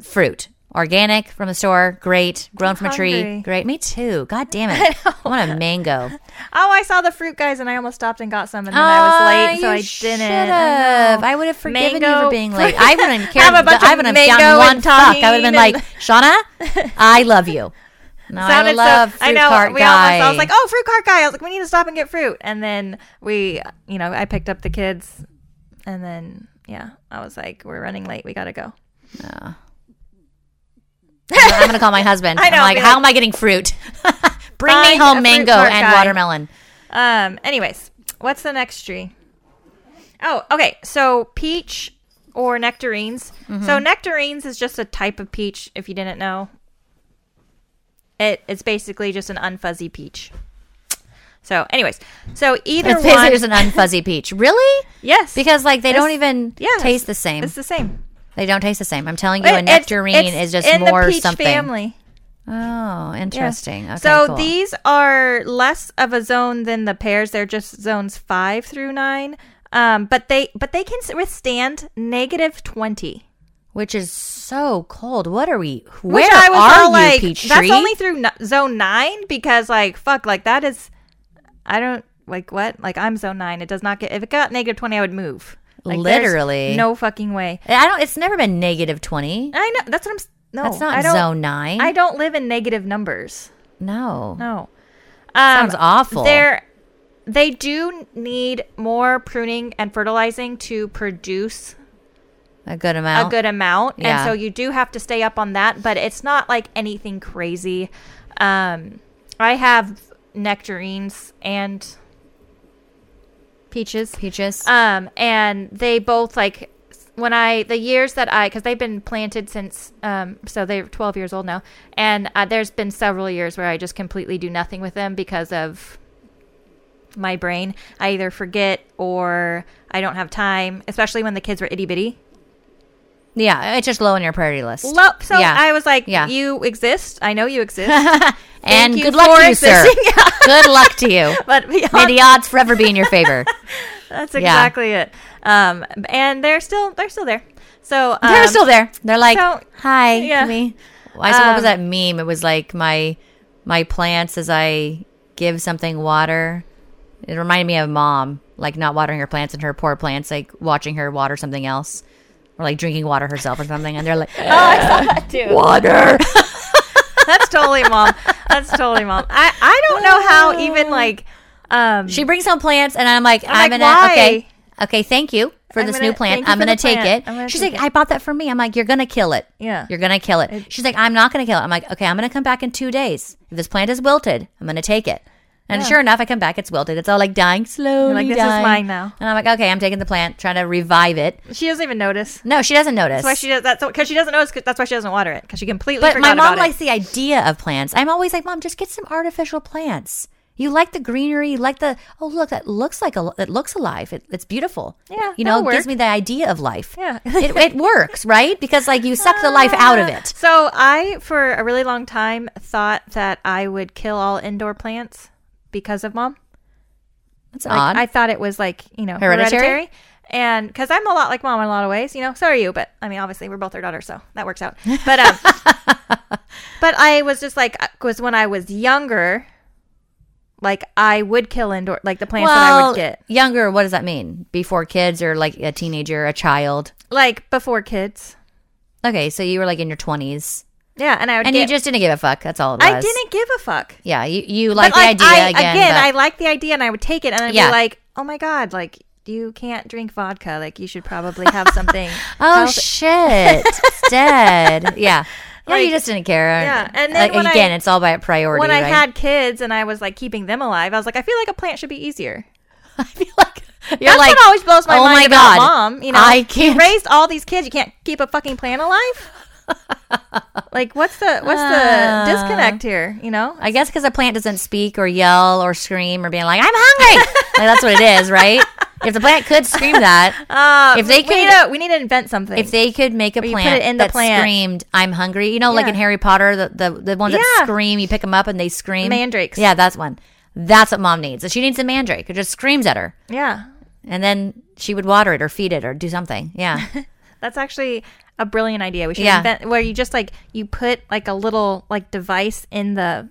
Speaker 1: fruit, organic from the store, great, grown from a tree,
Speaker 2: hungry.
Speaker 1: great. Me too. God damn it, I want a mango.
Speaker 2: Oh, I saw the fruit guys, and I almost stopped and got some, and then
Speaker 1: Ah,
Speaker 2: I was late,
Speaker 1: you
Speaker 2: so I
Speaker 1: should
Speaker 2: didn't. I
Speaker 1: have.
Speaker 2: know.
Speaker 1: I, would have forgiven you for
Speaker 2: Mango.
Speaker 1: being late. I wouldn't care.
Speaker 2: Have a bunch
Speaker 1: I
Speaker 2: of
Speaker 1: wouldn't
Speaker 2: mango
Speaker 1: gotten one
Speaker 2: and
Speaker 1: fuck. I would have been
Speaker 2: tahini
Speaker 1: like, Shauna,
Speaker 2: and-
Speaker 1: I love you. No, I
Speaker 2: Sounded
Speaker 1: love
Speaker 2: so,
Speaker 1: fruit
Speaker 2: I know.
Speaker 1: cart
Speaker 2: we
Speaker 1: guy.
Speaker 2: almost. I was like, "Oh, fruit cart guy!" I was like, "We need to stop and get fruit." And then we, you know, I picked up the kids, and then yeah, I was like, "We're running late. We gotta go."
Speaker 1: I'm gonna call my husband.
Speaker 2: "Oh." I know,
Speaker 1: I'm like,
Speaker 2: be
Speaker 1: how
Speaker 2: like-
Speaker 1: am I getting fruit? Bring me
Speaker 2: Find a
Speaker 1: home
Speaker 2: fruit
Speaker 1: mango
Speaker 2: cart
Speaker 1: and
Speaker 2: guy.
Speaker 1: watermelon.
Speaker 2: Um. Anyways, what's the next tree? Oh, okay. So peach or nectarines.
Speaker 1: Mm-hmm.
Speaker 2: So nectarines is just a type of peach. If you didn't know, it it's basically just an unfuzzy peach. So, anyways, so either
Speaker 1: It's basically
Speaker 2: one,
Speaker 1: just an unfuzzy peach. Really?
Speaker 2: yes,
Speaker 1: Because like they
Speaker 2: It's-
Speaker 1: don't even
Speaker 2: yes.
Speaker 1: taste the same.
Speaker 2: it's the same.
Speaker 1: They don't taste the same. I'm telling you,
Speaker 2: It-
Speaker 1: a
Speaker 2: it's-
Speaker 1: nectarine
Speaker 2: it's
Speaker 1: is just
Speaker 2: in the
Speaker 1: more
Speaker 2: peach
Speaker 1: something.
Speaker 2: Family.
Speaker 1: Oh,
Speaker 2: Yeah.
Speaker 1: interesting. Okay,
Speaker 2: so
Speaker 1: cool.
Speaker 2: these are less of a zone than the pears. They're just zones five through nine. Um, but they but they can s- withstand negative twenty.
Speaker 1: which is so cold. What are we? Where
Speaker 2: Which I was
Speaker 1: are
Speaker 2: all
Speaker 1: you,
Speaker 2: like,
Speaker 1: peach
Speaker 2: that's
Speaker 1: tree?
Speaker 2: only through n- zone nine because like fuck, like that is, I don't like what like I'm zone nine. It does not get if it got negative twenty, I would move. Like, there's
Speaker 1: Literally.
Speaker 2: no fucking way.
Speaker 1: I don't. It's never been negative twenty.
Speaker 2: I know that's what I'm. s- No,
Speaker 1: That's
Speaker 2: I
Speaker 1: not
Speaker 2: don't,
Speaker 1: zone nine.
Speaker 2: I don't live in negative numbers.
Speaker 1: no.
Speaker 2: No. Um,
Speaker 1: Sounds awful.
Speaker 2: They're, they do need more pruning and fertilizing to produce
Speaker 1: A good amount.
Speaker 2: a good amount.
Speaker 1: Yeah.
Speaker 2: And so you do have to stay up on that, but it's not like anything crazy. Um, I have nectarines and peaches.
Speaker 1: peaches.
Speaker 2: Um, and they both like when I the years that I because they've been planted since um so they're 12 years old now, and uh, there's been several years where I just completely do nothing with them because of my brain. I either forget or I don't have time, especially when the kids were itty bitty.
Speaker 1: yeah, it's just low on your priority list.
Speaker 2: Lo- so
Speaker 1: Yeah.
Speaker 2: I was like,
Speaker 1: Yeah.
Speaker 2: you exist. I know you exist.
Speaker 1: and
Speaker 2: Thank you
Speaker 1: good luck
Speaker 2: for
Speaker 1: to you, sir.
Speaker 2: existing. Yeah.
Speaker 1: good luck to you.
Speaker 2: but beyond
Speaker 1: May the odds forever be in your favor.
Speaker 2: that's
Speaker 1: Yeah.
Speaker 2: exactly it. Um, and they're still they're still there. So um,
Speaker 1: They're still there. They're like,
Speaker 2: so-
Speaker 1: hi,
Speaker 2: yeah.
Speaker 1: me. I saw what was
Speaker 2: Um,
Speaker 1: that meme? It was like my my plants as I give something water. It reminded me of mom, like not watering her plants and her poor plants, like watching her water something else, or like drinking water herself or something. And they're like,
Speaker 2: Oh, Dude.
Speaker 1: water.
Speaker 2: That's totally mom. That's totally mom. I, I don't know how even like Um,
Speaker 1: She brings home plants, and I'm like, I'm,
Speaker 2: like,
Speaker 1: gonna
Speaker 2: why?
Speaker 1: okay, okay, thank you for
Speaker 2: I'm
Speaker 1: this
Speaker 2: gonna-
Speaker 1: new plant.
Speaker 2: thank you
Speaker 1: I'm
Speaker 2: for
Speaker 1: gonna
Speaker 2: the
Speaker 1: take
Speaker 2: plant.
Speaker 1: it.
Speaker 2: I'm gonna
Speaker 1: She's
Speaker 2: take
Speaker 1: like, I bought that for me. I'm like, you're gonna kill it.
Speaker 2: Yeah.
Speaker 1: you're gonna kill it. She's like, I'm not gonna kill it. I'm like, okay, I'm gonna come back in two days. If this plant is wilted, I'm gonna take it. And sure enough, I come back, it's wilted. It's all like dying slowly.
Speaker 2: "This is
Speaker 1: dying."
Speaker 2: mine now.
Speaker 1: And I'm like, okay, I'm taking the plant, trying to revive it.
Speaker 2: she doesn't even notice.
Speaker 1: No, she doesn't notice.
Speaker 2: That's why she does. That's because she doesn't notice. 'cause that's why she doesn't water it because she completely.
Speaker 1: But my
Speaker 2: forgot
Speaker 1: mom
Speaker 2: about
Speaker 1: likes the idea of plants. I'm always like, Mom, just get some artificial plants. You like the greenery. You like the oh look, that looks like a it looks alive. It, it's beautiful.
Speaker 2: Yeah,
Speaker 1: you know,
Speaker 2: that'll
Speaker 1: it gives
Speaker 2: work.
Speaker 1: me the idea of life.
Speaker 2: Yeah. Ah,
Speaker 1: it, it works, right? Because like you suck the life out of it.
Speaker 2: So I, for a really long time, thought that I would kill all indoor plants because of mom.
Speaker 1: That's
Speaker 2: Like,
Speaker 1: odd.
Speaker 2: I thought it was like you know
Speaker 1: Hereditary?
Speaker 2: hereditary, and because I'm a lot like mom in a lot of ways, you know. So are you, but I mean, obviously, we're both her daughters, so that works out. But um, but I was just like, because when I was younger, like I would kill indoor like the plants that I
Speaker 1: well,
Speaker 2: would get,
Speaker 1: younger. What does that mean? Before kids or like a teenager, a child?
Speaker 2: like before kids.
Speaker 1: Okay, so you were like in your twenties,
Speaker 2: Yeah, and I would
Speaker 1: and
Speaker 2: get,
Speaker 1: you just didn't give a fuck. That's all it was.
Speaker 2: I didn't give a fuck.
Speaker 1: Yeah, you, you like
Speaker 2: But,
Speaker 1: the idea
Speaker 2: I,
Speaker 1: again. but-
Speaker 2: I like the idea, and I would take it, and I'd
Speaker 1: Yeah.
Speaker 2: be like, "Oh my god, like you can't drink vodka. Like you should probably have something."
Speaker 1: Oh
Speaker 2: health-
Speaker 1: shit! it's dead. Yeah. Yeah, you
Speaker 2: Like-
Speaker 1: just didn't care.
Speaker 2: Yeah, and then
Speaker 1: Uh,
Speaker 2: when I-
Speaker 1: again, it's all about priority.
Speaker 2: when I
Speaker 1: right?
Speaker 2: had kids and I was like keeping them alive, I was like, I feel like a plant should be easier.
Speaker 1: I feel like you're
Speaker 2: That's
Speaker 1: like,
Speaker 2: what always blows my
Speaker 1: oh
Speaker 2: mind
Speaker 1: my
Speaker 2: about
Speaker 1: God,
Speaker 2: mom. You know,
Speaker 1: I
Speaker 2: You
Speaker 1: can't-
Speaker 2: raised all these kids. You can't keep a fucking plant alive. Ah. like, what's the what's
Speaker 1: Uh.
Speaker 2: the disconnect here? You know,
Speaker 1: I guess because a plant doesn't speak or yell or scream or being like, "I'm hungry." like that's what it is, right? If the plant could scream that,
Speaker 2: uh,
Speaker 1: If they
Speaker 2: we need,
Speaker 1: could-
Speaker 2: to, we need to invent something.
Speaker 1: if they could make a
Speaker 2: you
Speaker 1: plant
Speaker 2: put it in the
Speaker 1: that
Speaker 2: plant.
Speaker 1: screamed, "I'm hungry," you know, like
Speaker 2: Yeah.
Speaker 1: in Harry Potter, the the, the ones that
Speaker 2: Yeah.
Speaker 1: scream, you pick them up and they scream.
Speaker 2: Mandrakes.
Speaker 1: Yeah, that's one. That's what mom needs. She needs a mandrake. It just screams at her,
Speaker 2: yeah,
Speaker 1: and then she would water it or feed it or do something. Yeah.
Speaker 2: that's actually a brilliant idea. We should
Speaker 1: Yeah.
Speaker 2: invent where you just like you put like a little like device in the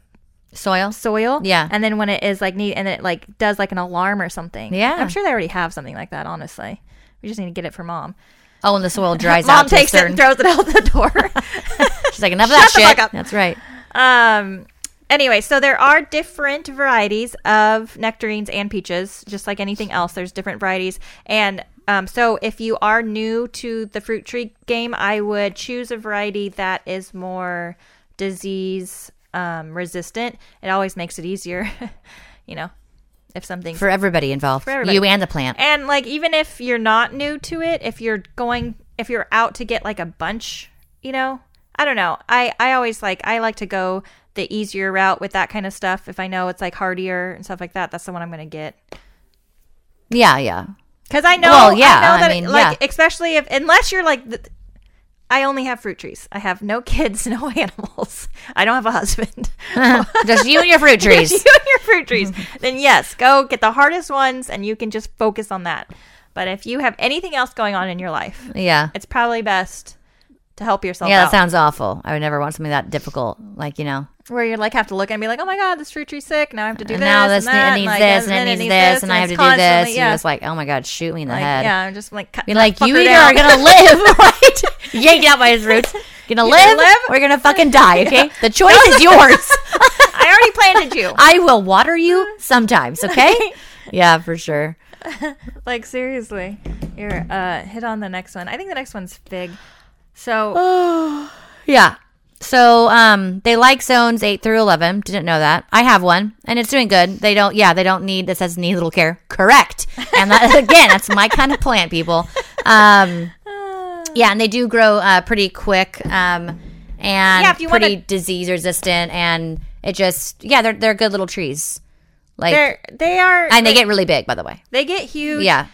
Speaker 1: Soil.
Speaker 2: soil.
Speaker 1: Yeah.
Speaker 2: And then when it is like neat and it like does like an alarm or something.
Speaker 1: Yeah.
Speaker 2: I'm sure they already have something like that, honestly. We just need to get it for mom.
Speaker 1: Oh, and the soil dries out.
Speaker 2: mom
Speaker 1: to a
Speaker 2: takes it
Speaker 1: certain-
Speaker 2: and throws it out the door.
Speaker 1: She's like, enough of that
Speaker 2: Shut the
Speaker 1: shit.
Speaker 2: fuck up.
Speaker 1: That's right.
Speaker 2: um anyway, so there are different varieties of nectarines and peaches, just like anything else. There's different varieties. And um, so if you are new to the fruit tree game, I would choose a variety that is more disease um, resistant. It always makes it easier, you know, if something's
Speaker 1: For everybody involved,
Speaker 2: everybody.
Speaker 1: you and the plant.
Speaker 2: And like even if you're not new to it, if you're going if you're out to get like a bunch, you know, I don't know. I I always like I like to go the easier route with that kind of stuff. If I know it's like hardier and stuff like that, that's the one I'm going to get.
Speaker 1: yeah, yeah.
Speaker 2: Cuz I know
Speaker 1: Well,
Speaker 2: I
Speaker 1: yeah,
Speaker 2: know
Speaker 1: I
Speaker 2: that
Speaker 1: mean,
Speaker 2: like especially if unless you're like the, I only have fruit trees. I have no kids, no animals. I don't have a husband.
Speaker 1: Just you and your fruit
Speaker 2: If
Speaker 1: trees.
Speaker 2: you and your fruit trees, then yes, go get the hardest ones and you can just focus on that. But if you have anything else going on in your life,
Speaker 1: Yeah.
Speaker 2: it's probably best to help yourself
Speaker 1: Yeah, that
Speaker 2: out.
Speaker 1: sounds awful. I would never want something that difficult. Like, you know,
Speaker 2: where you like have to look and be like, oh my god, this fruit tree's sick. Now I have to do
Speaker 1: and
Speaker 2: this.
Speaker 1: now this
Speaker 2: and that,
Speaker 1: it needs
Speaker 2: like,
Speaker 1: this and
Speaker 2: then
Speaker 1: it needs this and I have
Speaker 2: it's
Speaker 1: to do this. And
Speaker 2: constantly-
Speaker 1: you're just like, oh my God, shoot me in the
Speaker 2: Like,
Speaker 1: head.
Speaker 2: yeah, I'm just like cutting
Speaker 1: You're like,
Speaker 2: that
Speaker 1: you
Speaker 2: fucker
Speaker 1: either
Speaker 2: down.
Speaker 1: are going to live, right? Yanking out by his roots. Gonna live,
Speaker 2: live-
Speaker 1: or you're gonna fucking die, okay? The choice is yours.
Speaker 2: I already planted you.
Speaker 1: I will water you sometimes, okay? yeah, for sure.
Speaker 2: Like seriously, here, uh, hit on the next one. I think the next one's fig. So
Speaker 1: Yeah. So um, they like zones eight through eleven. Didn't know that. I have one, and it's doing good. They don't. Yeah, they don't need. It says need little care. Correct. And that, again, that's my kind of plant, people. Um, yeah, and they do grow uh, pretty quick, um, and
Speaker 2: Yeah, if you wanna-
Speaker 1: pretty disease resistant, and it just yeah, they're they're good little trees. Like
Speaker 2: they're they are
Speaker 1: and they get really big, by the way.
Speaker 2: they get huge.
Speaker 1: Yeah.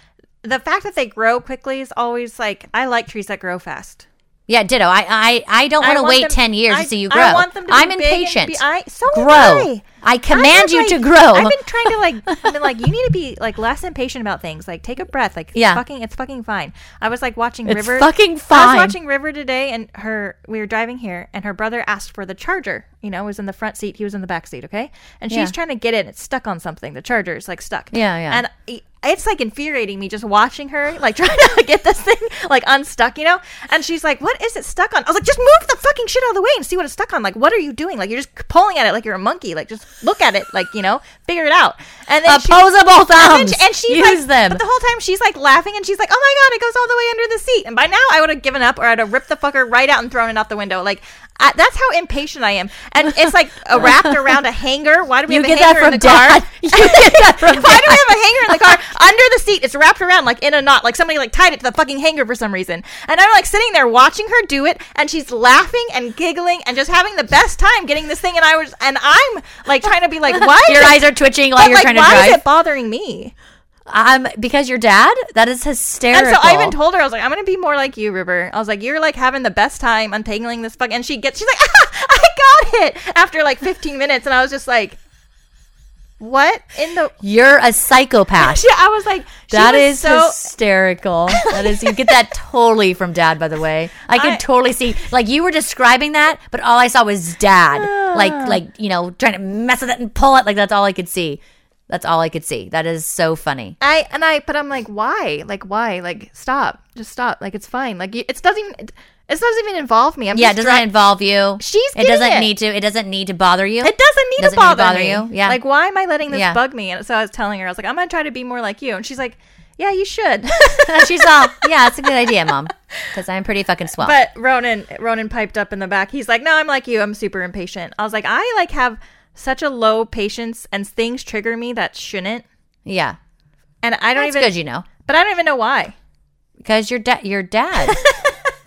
Speaker 2: the fact that they grow quickly is always like I like trees that grow fast.
Speaker 1: Yeah, ditto. I I, I don't
Speaker 2: I
Speaker 1: want to
Speaker 2: want
Speaker 1: wait
Speaker 2: them-
Speaker 1: ten years
Speaker 2: I-
Speaker 1: to see you
Speaker 2: I
Speaker 1: grow.
Speaker 2: want them to be
Speaker 1: I'm
Speaker 2: big and
Speaker 1: impatient.
Speaker 2: be- I- so am
Speaker 1: grow.
Speaker 2: I.
Speaker 1: I
Speaker 2: I
Speaker 1: command
Speaker 2: have,
Speaker 1: you to
Speaker 2: like-
Speaker 1: grow.
Speaker 2: I've been trying to like, I've been like, you need to be like less impatient about things. Like, take a breath. Like,
Speaker 1: Yeah.
Speaker 2: fucking, it's fucking fine. I was like watching
Speaker 1: It's
Speaker 2: River.
Speaker 1: fucking
Speaker 2: I
Speaker 1: fine.
Speaker 2: was watching River today, and her, we were driving here, and her brother asked for the charger. You know, it was in the front seat. He was in the back seat. Okay, and she's
Speaker 1: Yeah.
Speaker 2: trying to get it. and It's stuck on something. The charger is like stuck.
Speaker 1: Yeah, yeah.
Speaker 2: And i- it's like infuriating me just watching her like trying to get this thing like unstuck, you know. And she's like, "What is it stuck on?" I was like, "Just move the fucking shit out of the way and see what it's stuck on." Like, what are you doing? Like, you're just pulling at it like you're a monkey. Like, just look at it, like you know, figure it out. And then she-
Speaker 1: Opposable
Speaker 2: and
Speaker 1: thumbs.
Speaker 2: then she- and she's
Speaker 1: use
Speaker 2: like,
Speaker 1: them.
Speaker 2: But the whole time she's like laughing, and she's like, "Oh my god, it goes all the way under the seat." And by now, I would have given up, or I'd have ripped the fucker right out and thrown it out the window. Like I, that's how impatient I am. And it's like a wrapped around a hanger. Why do we
Speaker 1: you
Speaker 2: have
Speaker 1: get
Speaker 2: a hanger
Speaker 1: that from
Speaker 2: in the car?
Speaker 1: dad. You get that from
Speaker 2: Why do we
Speaker 1: dad.
Speaker 2: have a hanger in the car under the seat? It's wrapped around like in a knot, like somebody like tied it to the fucking hanger for some reason. And I'm like sitting there watching her do it, and she's laughing and giggling and just having the best time getting this thing. And I was, and I'm like trying to be like, why? is
Speaker 1: Your
Speaker 2: it-
Speaker 1: eyes are twitching while
Speaker 2: but,
Speaker 1: you're
Speaker 2: like,
Speaker 1: trying to
Speaker 2: why
Speaker 1: drive.
Speaker 2: is it bothering me?
Speaker 1: Um, because your dad? That is hysterical.
Speaker 2: And so I even told her, I was like, I'm gonna be more like you, River. I was like, you're like having the best time untangling this fuck. And she gets, she's like, I got it after like 15 minutes, and I was just like, what in the?
Speaker 1: You're a psychopath.
Speaker 2: She, I was like, she
Speaker 1: That
Speaker 2: was
Speaker 1: is
Speaker 2: so.
Speaker 1: hysterical. That is you get that totally from dad, by the way. I could
Speaker 2: I-
Speaker 1: totally see like you were describing that, but all I saw was dad.
Speaker 2: Ah.
Speaker 1: like like, you know, trying to mess with it and pull it. Like that's all I could see. That's all I could see. That is so funny.
Speaker 2: I and I, but I'm like, why? Like, why? Like, stop! Just stop! Like, it's fine. Like, you- it doesn't even. It, it doesn't even involve me. I'm
Speaker 1: Yeah, it
Speaker 2: just
Speaker 1: doesn't
Speaker 2: dri-
Speaker 1: involve you.
Speaker 2: She's
Speaker 1: it doesn't
Speaker 2: getting it.
Speaker 1: need to it doesn't need to bother you.
Speaker 2: It doesn't need
Speaker 1: Doesn't
Speaker 2: to bother, me.
Speaker 1: you. Yeah.
Speaker 2: Like, why am I letting this
Speaker 1: Yeah.
Speaker 2: bug me? And so I was telling her, I was like, I'm gonna try to be more like you. And she's like, Yeah, you should.
Speaker 1: she's all yeah, it's a good idea, mom. Because I'm pretty fucking swell.
Speaker 2: but Ronan, Ronan piped up in the back. He's like, No, I'm like you. I'm super impatient. I was like, I like have such a low patience, and things trigger me that shouldn't.
Speaker 1: yeah.
Speaker 2: And I don't
Speaker 1: That's
Speaker 2: even.
Speaker 1: good, you know.
Speaker 2: But I don't even know why.
Speaker 1: Because your dad your dad.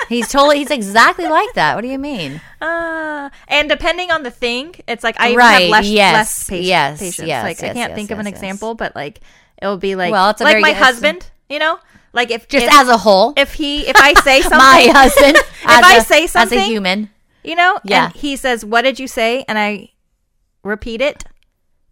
Speaker 1: he's totally he's exactly like that. What do you mean?
Speaker 2: Uh, and depending on the thing, it's like I even
Speaker 1: Right,
Speaker 2: have less,
Speaker 1: yes,
Speaker 2: less pa-
Speaker 1: yes,
Speaker 2: patience.
Speaker 1: yes,
Speaker 2: like I
Speaker 1: yes,
Speaker 2: can't
Speaker 1: yes,
Speaker 2: think of an
Speaker 1: yes, yes.
Speaker 2: example, but like it'll be like
Speaker 1: Well, it's a
Speaker 2: like
Speaker 1: very-
Speaker 2: my
Speaker 1: it's-
Speaker 2: husband, you know, like if
Speaker 1: Just
Speaker 2: if,
Speaker 1: as a whole.
Speaker 2: if he if I say something,
Speaker 1: my husband.
Speaker 2: if I say
Speaker 1: as a
Speaker 2: something-
Speaker 1: human,
Speaker 2: you know,
Speaker 1: Yeah.
Speaker 2: and he says, "What did you say?" and I repeat it,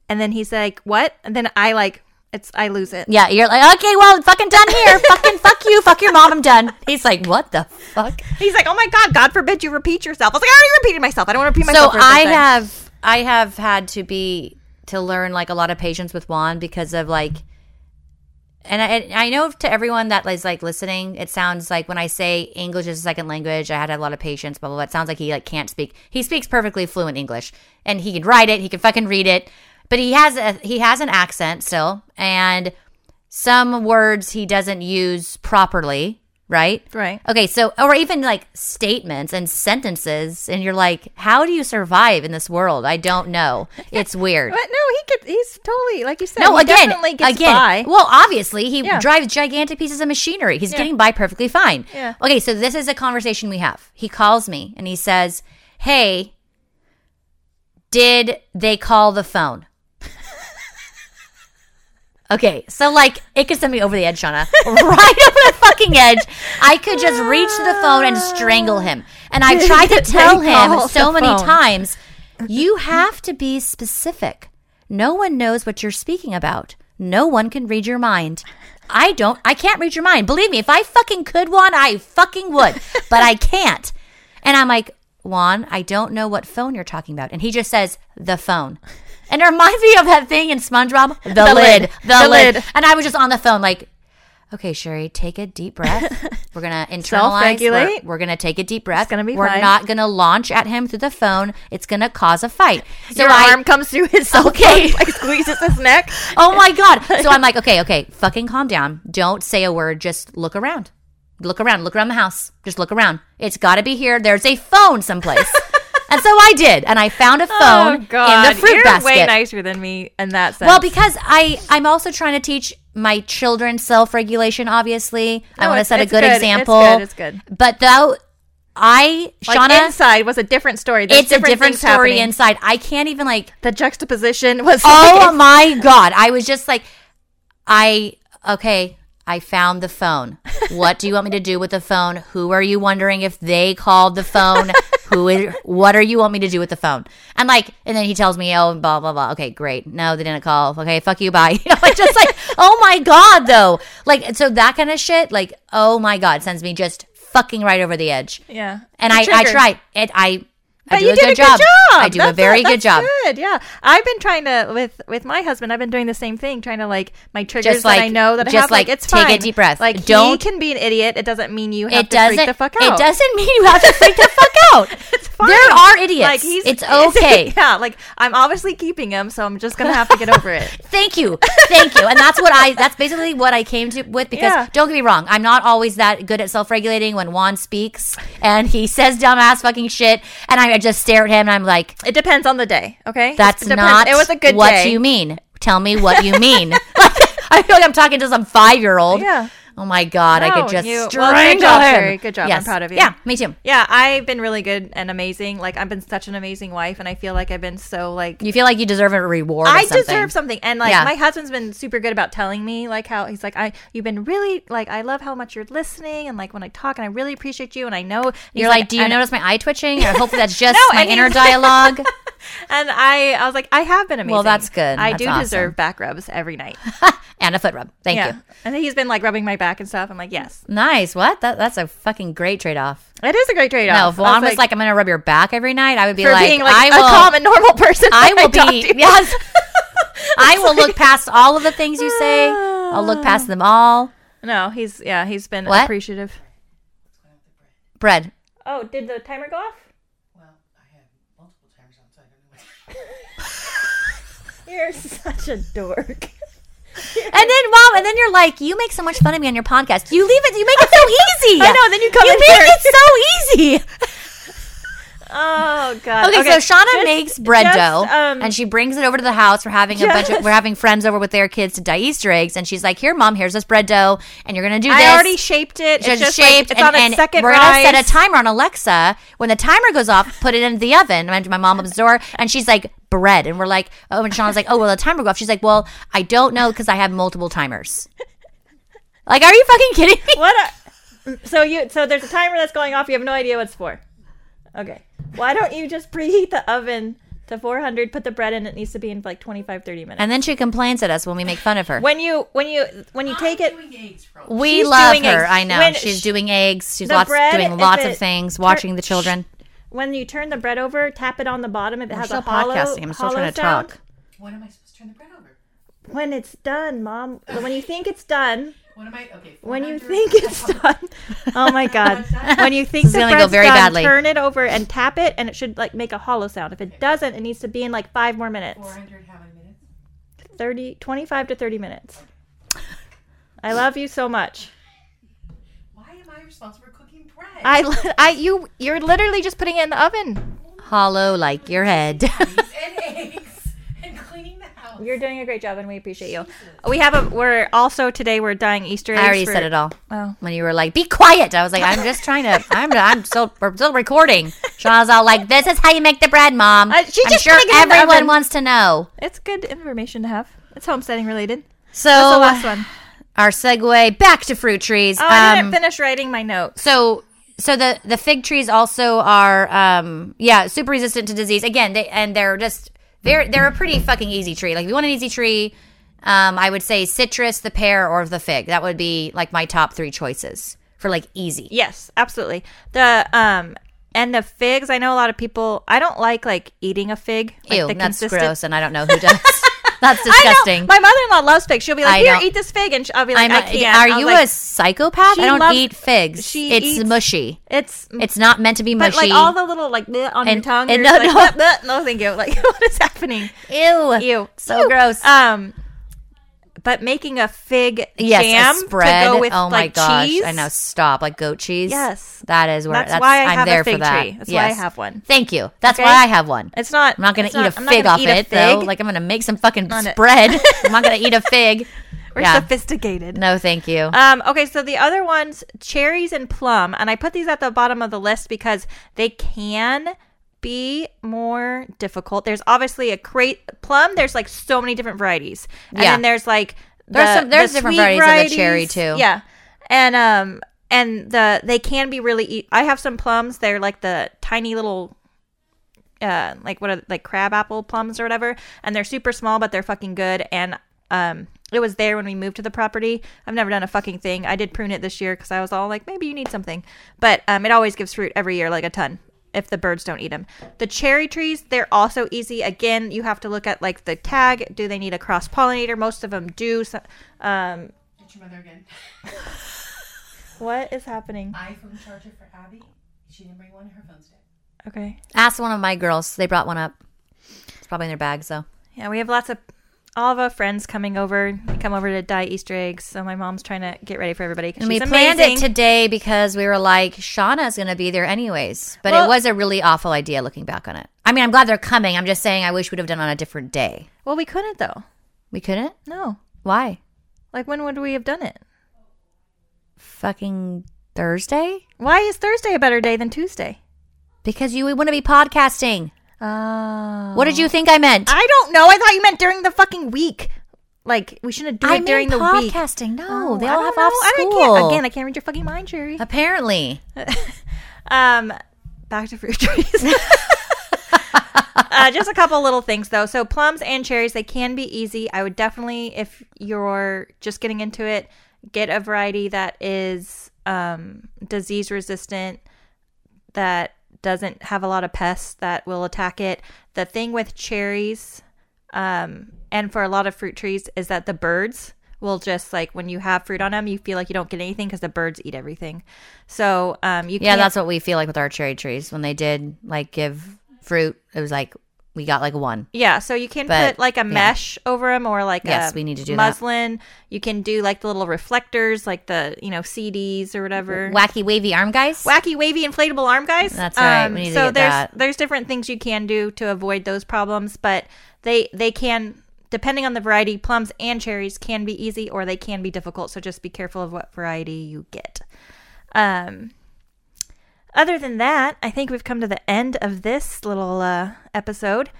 Speaker 2: and then he's like, "What?" and then I like it's I lose it.
Speaker 1: yeah, you're like, okay, well, fucking done here. fucking fuck you, fuck your mom. I'm done. He's like, what the fuck?
Speaker 2: He's like, "Oh my god, God forbid you repeat yourself." I was like, "I already repeated myself. I don't want to repeat
Speaker 1: So
Speaker 2: myself." for a
Speaker 1: I
Speaker 2: third time."
Speaker 1: have, I have had to be to learn like a lot of patience with Juan because of like, and I, and I know to everyone that is like listening, it sounds like when I say English is a second language, I had to have a lot of patience. Blah blah. blah. It sounds like he like can't speak. He speaks perfectly fluent English, and he can write it. He can fucking read it. But he has a he has an accent still, and some words he doesn't use properly, right?
Speaker 2: Right.
Speaker 1: Okay, so or even like statements and sentences and you're like, how do you survive in this world? I don't know. It's weird.
Speaker 2: But no, he gets he's totally like you said.
Speaker 1: No,
Speaker 2: he
Speaker 1: again,
Speaker 2: definitely gets
Speaker 1: again.
Speaker 2: by.
Speaker 1: Well, obviously, he
Speaker 2: Yeah.
Speaker 1: drives gigantic pieces of machinery. He's getting by perfectly fine.
Speaker 2: Yeah.
Speaker 1: Okay, so this is a conversation we have. He calls me and he says, "Hey, did they call the phone?" okay, so like it could send me over the edge, Shauna, right over the fucking edge. I could just reach the phone and strangle him. And I tried to
Speaker 2: Did
Speaker 1: tell
Speaker 2: they
Speaker 1: him
Speaker 2: call
Speaker 1: so
Speaker 2: the
Speaker 1: many
Speaker 2: phone?
Speaker 1: times times, you have to be specific. No one knows what you're speaking about. No one can read your mind. I don't, I can't read your mind. Believe me, if I fucking could, Juan, I fucking would, but I can't. And I'm like, Juan, I don't know what phone you're talking about. And he just says, the phone. And it reminds me of that thing in SpongeBob, the,
Speaker 2: The
Speaker 1: lid,
Speaker 2: lid.
Speaker 1: the,
Speaker 2: The
Speaker 1: lid.
Speaker 2: lid.
Speaker 1: And I was just on the phone, like, okay, Sherry, take a deep breath. We're gonna internalize. We're,
Speaker 2: Self-regulate.
Speaker 1: we're gonna take a deep breath.
Speaker 2: gonna be
Speaker 1: We're
Speaker 2: fine.
Speaker 1: not gonna launch at him through the phone. It's gonna cause a fight. So
Speaker 2: Your
Speaker 1: I,
Speaker 2: arm comes through his cell
Speaker 1: Okay.
Speaker 2: phone, like squeezes his neck.
Speaker 1: oh my god. So I'm like, okay, okay, fucking calm down. Don't say a word. Just look around. Look around. Look around the house. Just look around. It's gotta be here. There's a phone someplace. and so I did, and I found a phone in the fruit
Speaker 2: Oh, you're
Speaker 1: basket.
Speaker 2: way nicer than me in that sense.
Speaker 1: Well, because I I'm also trying to teach my children self regulation. Obviously, I
Speaker 2: No,
Speaker 1: want to
Speaker 2: Oh, it's-
Speaker 1: set a
Speaker 2: it's
Speaker 1: good,
Speaker 2: good. It's
Speaker 1: example.
Speaker 2: good. It's good.
Speaker 1: But though I,
Speaker 2: like
Speaker 1: Shauna,
Speaker 2: inside was a different story. There's
Speaker 1: it's a different
Speaker 2: things
Speaker 1: story
Speaker 2: happening.
Speaker 1: inside. I can't even like.
Speaker 2: the juxtaposition was.
Speaker 1: Oh
Speaker 2: like-
Speaker 1: my god! I was just like, I okay. I found the phone. What do you want me to do with the phone? Who are you wondering if they called the phone? Who is? What are you want me to do with the phone? And like, and then he tells me, oh, blah blah blah. Okay, great. No, they didn't call. Okay, fuck you. Bye. You know, it's just like, oh my god, though. Like, so that kind of shit. Like, oh my god, sends me just fucking right over the edge.
Speaker 2: yeah,
Speaker 1: And
Speaker 2: The
Speaker 1: I, I
Speaker 2: trigger.
Speaker 1: tried. It, I I
Speaker 2: But
Speaker 1: do
Speaker 2: you
Speaker 1: a
Speaker 2: did
Speaker 1: good
Speaker 2: a
Speaker 1: job.
Speaker 2: good job.
Speaker 1: I do a
Speaker 2: That's
Speaker 1: very good
Speaker 2: that's
Speaker 1: job.
Speaker 2: Good, yeah. I've been trying to with with my husband. I've been doing the same thing, trying to like my triggers that I
Speaker 1: like-
Speaker 2: know that I
Speaker 1: just
Speaker 2: have. Like,
Speaker 1: like,
Speaker 2: it's
Speaker 1: take a
Speaker 2: fine.
Speaker 1: deep breath.
Speaker 2: Like he
Speaker 1: Don't-
Speaker 2: can be an idiot. It doesn't mean you have
Speaker 1: It
Speaker 2: to
Speaker 1: doesn't.
Speaker 2: freak the fuck out.
Speaker 1: It doesn't mean you have to freak the fuck out.
Speaker 2: fine.
Speaker 1: There are idiots.
Speaker 2: Like he's
Speaker 1: it's okay.
Speaker 2: yeah, like I'm obviously keeping him, so I'm just gonna have to get over it.
Speaker 1: Thank you, thank you, and that's what I. That's basically what I came to with. Because
Speaker 2: Yeah.
Speaker 1: don't get me wrong, I'm not always that good at self-regulating when Juan speaks and he says dumbass fucking shit, and I just stare at him and I'm like,
Speaker 2: It depends on the day. Okay,
Speaker 1: That's
Speaker 2: It depends.
Speaker 1: not
Speaker 2: It was a good
Speaker 1: what
Speaker 2: day.
Speaker 1: you mean. Tell me what you mean. I feel like I'm talking to some five year old.
Speaker 2: Yeah.
Speaker 1: Oh my god, I
Speaker 2: No,
Speaker 1: could just
Speaker 2: you- well, good
Speaker 1: strangle
Speaker 2: job,
Speaker 1: him.
Speaker 2: Sherry. Good job. I'm
Speaker 1: Yes.
Speaker 2: proud of you.
Speaker 1: Yeah, me too.
Speaker 2: Yeah, I've been really good and amazing. Like I've been such an amazing wife, and I feel like I've been so like
Speaker 1: You feel like you deserve a reward. or
Speaker 2: I
Speaker 1: something.
Speaker 2: deserve something. And like
Speaker 1: Yeah.
Speaker 2: my husband's been super good about telling me like how he's like I you've been really like I love how much you're listening and like when I talk and I really appreciate you and I know
Speaker 1: You're like, do you
Speaker 2: and,
Speaker 1: notice my eye twitching? Or hopefully that's just
Speaker 2: No,
Speaker 1: my
Speaker 2: and
Speaker 1: inner
Speaker 2: he's-
Speaker 1: dialogue.
Speaker 2: and I I was like I have been amazing.
Speaker 1: Well, that's good.
Speaker 2: I
Speaker 1: That's
Speaker 2: do
Speaker 1: awesome.
Speaker 2: deserve back rubs every night.
Speaker 1: and a foot rub. Thank you.
Speaker 2: yeah. And then he's been like rubbing my back and stuff. I'm like, yes.
Speaker 1: Nice. What? That, that's a fucking great trade off.
Speaker 2: It is a great trade
Speaker 1: No,
Speaker 2: off.
Speaker 1: if Juan was like, I'm going to rub your back every night, I would be
Speaker 2: for
Speaker 1: like,
Speaker 2: being like
Speaker 1: I
Speaker 2: a
Speaker 1: will.
Speaker 2: calm and normal person.
Speaker 1: I
Speaker 2: when
Speaker 1: will
Speaker 2: talk
Speaker 1: be
Speaker 2: to you.
Speaker 1: yes. I will look past all of the things you say. I'll look past them all.
Speaker 2: No, he's yeah, he's been
Speaker 1: What?
Speaker 2: appreciative.
Speaker 1: Bread.
Speaker 2: Oh, did the timer go off?
Speaker 3: Well, I had multiple times on, so I don't know what
Speaker 2: You're such a dork.
Speaker 1: And then mom, and then you're like, you make so much fun of me on your podcast. You leave it. You make it so easy.
Speaker 2: I know, then you come
Speaker 1: You
Speaker 2: in
Speaker 1: make
Speaker 2: here.
Speaker 1: it so easy.
Speaker 2: Oh god.
Speaker 1: Okay, so Shauna
Speaker 2: just-
Speaker 1: makes bread
Speaker 2: just,
Speaker 1: dough
Speaker 2: um,
Speaker 1: and she brings it over to the house. We're having a bunch
Speaker 2: Yes.
Speaker 1: of we're having friends over with their kids to dye Easter eggs, and she's like, "Here, mom, here's this bread dough, and you're gonna do this."
Speaker 2: I already shaped it.
Speaker 1: It's
Speaker 2: It's just
Speaker 1: shaped,
Speaker 2: shaped. Like, it's
Speaker 1: and,
Speaker 2: on a
Speaker 1: and
Speaker 2: second
Speaker 1: we're
Speaker 2: rise.
Speaker 1: gonna set a timer on Alexa. When the timer goes off, put it in the oven. And my mom opens the door, and she's like, "Bread," and we're like, "Oh," and Shauna's like, "Oh, well, the timer go off." She's like, "Well, I don't know because I have multiple timers." Like, are you fucking kidding me?
Speaker 2: What? A, so you so there's a timer that's going off. You have no idea what it's for. Okay. Why don't you just preheat the oven to 400? Put the bread in. It needs to be in like 25, 30 minutes.
Speaker 1: And then she complains at us when we make fun of her.
Speaker 2: when you when you when you take it.
Speaker 3: doing eggs from.
Speaker 1: we
Speaker 2: she's
Speaker 1: love
Speaker 2: doing
Speaker 1: her.
Speaker 2: eggs.
Speaker 1: I know
Speaker 2: When
Speaker 1: she's
Speaker 2: sh-
Speaker 1: doing eggs. She's
Speaker 2: the
Speaker 1: lots
Speaker 2: bread,
Speaker 1: doing
Speaker 2: if
Speaker 1: lots
Speaker 2: it
Speaker 1: of things,
Speaker 2: tur-
Speaker 1: watching the children.
Speaker 2: when you turn the bread over, tap it on the bottom. If it has
Speaker 1: still
Speaker 2: a hollow,
Speaker 1: podcasting. I'm still
Speaker 2: hollow
Speaker 1: trying to
Speaker 2: sound,
Speaker 1: talk.
Speaker 3: When am I supposed to turn the bread over?
Speaker 2: When it's done, mom. When you think it's done.
Speaker 3: When am I okay?
Speaker 2: When you
Speaker 3: 400
Speaker 2: think it's done. Oh my god. When you think
Speaker 1: This is
Speaker 2: the
Speaker 1: gonna go
Speaker 2: bread's
Speaker 1: very
Speaker 2: done,
Speaker 1: badly.
Speaker 2: turn it over and tap it and it should like make a hollow sound. If it doesn't, it needs to be in like 5 more minutes.
Speaker 3: 400 how many minutes?
Speaker 2: 30 25 to 30 minutes. I love you so much.
Speaker 3: Why am I responsible for cooking bread?
Speaker 2: I li- I you you're literally just putting it in the oven.
Speaker 1: Hollow like your head.
Speaker 3: and eggs and cleaning the house.
Speaker 2: You're doing a great job and we appreciate you. We have a we're also today we're dying Easter eggs
Speaker 1: I already
Speaker 2: for-
Speaker 1: said it all.
Speaker 2: Oh.
Speaker 1: When you were like, "Be quiet," I was like, "I'm just trying to. I'm. I'm still. We're still recording." Shauna's all like, "This is how you make the bread, mom."
Speaker 2: Uh, she's
Speaker 1: I'm
Speaker 2: just
Speaker 1: sure
Speaker 2: putting it in the
Speaker 1: everyone
Speaker 2: oven.
Speaker 1: wants to know.
Speaker 2: It's good information to have. It's homesteading related.
Speaker 1: So
Speaker 2: That's the last one.
Speaker 1: our segue back to fruit trees.
Speaker 2: Oh, I
Speaker 1: Um,
Speaker 2: didn't finish writing my notes.
Speaker 1: so so the the fig trees also are um yeah super resistant to disease again they and they're just they're they're a pretty fucking easy tree like if you want an easy tree um i would say citrus the pear or the fig that would be like my top three choices for like easy
Speaker 2: Yes, absolutely. The um and the figs, I know a lot of people I don't like like eating a fig. Like
Speaker 1: ew
Speaker 2: the
Speaker 1: that's
Speaker 2: consistent-
Speaker 1: gross and i don't know who does that's
Speaker 2: I know.
Speaker 1: disgusting
Speaker 2: My mother-in-law loves figs. She'll be like,
Speaker 1: I
Speaker 2: "Here,
Speaker 1: don't-
Speaker 2: eat this fig," and sh- I'll be like,
Speaker 1: I'm
Speaker 2: I'm, "I
Speaker 1: a-
Speaker 2: am like
Speaker 1: are
Speaker 2: i can not
Speaker 1: you a psychopath
Speaker 2: She
Speaker 1: i don't
Speaker 2: loves-
Speaker 1: eat figs
Speaker 2: she
Speaker 1: it's
Speaker 2: eats-
Speaker 1: mushy
Speaker 2: It's
Speaker 1: it's not meant to be
Speaker 2: but
Speaker 1: mushy
Speaker 2: like all the little like bleh on your
Speaker 1: And-
Speaker 2: tongue.
Speaker 1: and
Speaker 2: you're
Speaker 1: no,
Speaker 2: just
Speaker 1: no.
Speaker 2: like, bleh, bleh, no, thank you. Like, what is happening?
Speaker 1: ew
Speaker 2: Ew,
Speaker 1: so
Speaker 2: Ew.
Speaker 1: gross
Speaker 2: Um, but making a fig
Speaker 1: Yes,
Speaker 2: jam
Speaker 1: a spread.
Speaker 2: to go with
Speaker 1: oh my
Speaker 2: like
Speaker 1: gosh!
Speaker 2: cheese.
Speaker 1: I know. Stop, like goat cheese.
Speaker 2: Yes.
Speaker 1: that is where.
Speaker 2: That's
Speaker 1: That's,
Speaker 2: why I
Speaker 1: I'm
Speaker 2: have a
Speaker 1: there
Speaker 2: fig
Speaker 1: for that.
Speaker 2: tree. That's why I have one.
Speaker 1: Thank you. That's
Speaker 2: Okay?
Speaker 1: why I have one.
Speaker 2: It's not.
Speaker 1: I'm not gonna
Speaker 2: it's
Speaker 1: eat
Speaker 2: not-
Speaker 1: a
Speaker 2: I'm not
Speaker 1: fig
Speaker 2: gonna
Speaker 1: off
Speaker 2: eat a
Speaker 1: it though.
Speaker 2: fig.
Speaker 1: Like I'm gonna make some fucking
Speaker 2: On it.
Speaker 1: spread. I'm not gonna eat a fig.
Speaker 2: We're
Speaker 1: yeah.
Speaker 2: sophisticated.
Speaker 1: No, thank you.
Speaker 2: Um, okay, so the other ones, cherries and plum, and I put these at the bottom of the list because they can be more difficult. There's obviously a crate plum. There's like so many different varieties, and
Speaker 1: Yeah.
Speaker 2: then there's like the,
Speaker 1: There's some- there's
Speaker 2: the
Speaker 1: different
Speaker 2: sweet
Speaker 1: varieties of the cherry, too.
Speaker 2: Yeah, and um, and the they can be really. E- I have some plums. They're like the tiny little uh, like what are like crab apple plums or whatever, and they're super small, but they're fucking good. And um, it was there when we moved to the property. I've never done a fucking thing. I did prune it this year because I was all like, maybe you need something, but um, it always gives fruit every year, like a ton. if the birds don't eat them. The cherry trees, they're also easy. Again, you have to look at like the tag. Do they need a cross pollinator? Most of them do. So- Um,
Speaker 3: Get your mother again.
Speaker 2: what is happening?
Speaker 3: I from the charger for Abby. She didn't bring one. Her phone's dead.
Speaker 2: Okay.
Speaker 1: Ask one of my girls. They brought one up. It's probably in their bag, so.
Speaker 2: Yeah, we have lots of all of our friends coming over. They come over to dye Easter eggs. So my mom's trying to get ready for everybody. 'cause
Speaker 1: And we
Speaker 2: she's
Speaker 1: planned it
Speaker 2: amazing.
Speaker 1: today because we were like, Shauna's going to be there anyways. But
Speaker 2: Well-
Speaker 1: it was a really awful idea looking back on it. I mean, I'm glad they're coming. I'm just saying I wish we'd have done it on a different day.
Speaker 2: Well, we couldn't though.
Speaker 1: We couldn't?
Speaker 2: No.
Speaker 1: Why?
Speaker 2: Like when would we have done it?
Speaker 1: Fucking Thursday?
Speaker 2: Why is Thursday a better day than Tuesday?
Speaker 1: Because you wouldn't be podcasting.
Speaker 2: Oh.
Speaker 1: What did you think I meant?
Speaker 2: I don't know. I thought you meant during the fucking week. Like we shouldn't do
Speaker 1: I
Speaker 2: it during the
Speaker 1: mean
Speaker 2: week. Oh,
Speaker 1: podcasting. No, they
Speaker 2: I
Speaker 1: all
Speaker 2: don't
Speaker 1: have
Speaker 2: know.
Speaker 1: off
Speaker 2: I don't-
Speaker 1: school.
Speaker 2: I can't, again, I can't read your fucking mind, Jerry.
Speaker 1: Apparently.
Speaker 2: Um, back to fruit trees. uh, just a couple little things though. So plums and cherries, they can be easy. I would definitely, if you're just getting into it, get a variety that is um, disease resistant, that doesn't have a lot of pests that will attack it. The thing with cherries, um, and for a lot of fruit trees, is that the birds will just like when you have fruit on them, you feel like you don't get anything because the birds eat everything. So um, you
Speaker 1: Yeah,
Speaker 2: can't-
Speaker 1: that's what we feel like with our cherry trees. When they did like give fruit, it was like we got like one.
Speaker 2: Yeah, so you can
Speaker 1: But,
Speaker 2: put like a mesh over 'em over them or like
Speaker 1: Yes,
Speaker 2: a
Speaker 1: we need to do that.
Speaker 2: muslin. You can do like the little reflectors, like the you know CDs or whatever.
Speaker 1: Wacky wavy arm guys.
Speaker 2: Wacky wavy inflatable arm guys. Um,
Speaker 1: That's right. We need to
Speaker 2: so
Speaker 1: get
Speaker 2: there's
Speaker 1: that.
Speaker 2: there's different things you can do to avoid those problems, but they they can depending on the variety, plums and cherries can be easy or they can be difficult. So just be careful of what variety you get. Um, other than that, I think we've come to the end of this little uh, episode.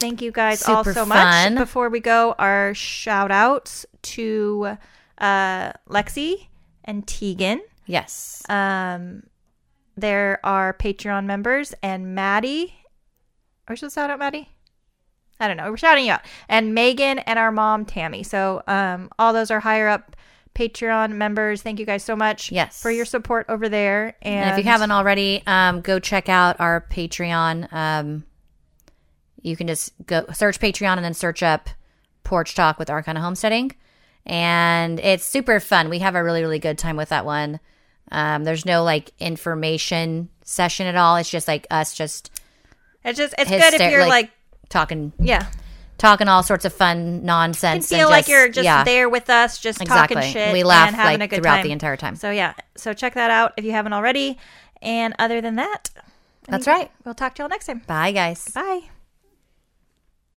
Speaker 2: Thank you guys all
Speaker 1: Super
Speaker 2: so
Speaker 1: fun.
Speaker 2: much. Before we go, our shout outs to uh, Lexi and Tegan.
Speaker 1: yes.
Speaker 2: Um, there are Patreon members and Maddie. Are we supposed to shout out Maddie? I don't know. We're shouting you out. And Megan and our mom, Tammy. So um, all those are higher up Patreon members. Thank you guys so much
Speaker 1: Yes.
Speaker 2: for your support over there.
Speaker 1: And
Speaker 2: And,
Speaker 1: if you haven't already, um, go check out our Patreon. Um, you can just go search Patreon and then search up Porch Talk with Arcana Homesteading. And it's super fun. We have a really, really good time with that one. Um, there's no like information session at all. It's just like us just
Speaker 2: it's just, it's
Speaker 1: hyster-
Speaker 2: good if you're like,
Speaker 1: talking,
Speaker 2: yeah,
Speaker 1: talking all sorts of fun
Speaker 2: you can
Speaker 1: nonsense. and
Speaker 2: feel like you're just
Speaker 1: yeah,
Speaker 2: there with us, just
Speaker 1: Exactly.
Speaker 2: talking shit.
Speaker 1: we laugh
Speaker 2: and having
Speaker 1: like
Speaker 2: a good
Speaker 1: throughout
Speaker 2: time.
Speaker 1: the entire time.
Speaker 2: So yeah, so check that out if you haven't already. And other than that, I
Speaker 1: That's
Speaker 2: think
Speaker 1: right.
Speaker 2: We'll talk to y'all next time.
Speaker 1: Bye, guys.
Speaker 2: Bye.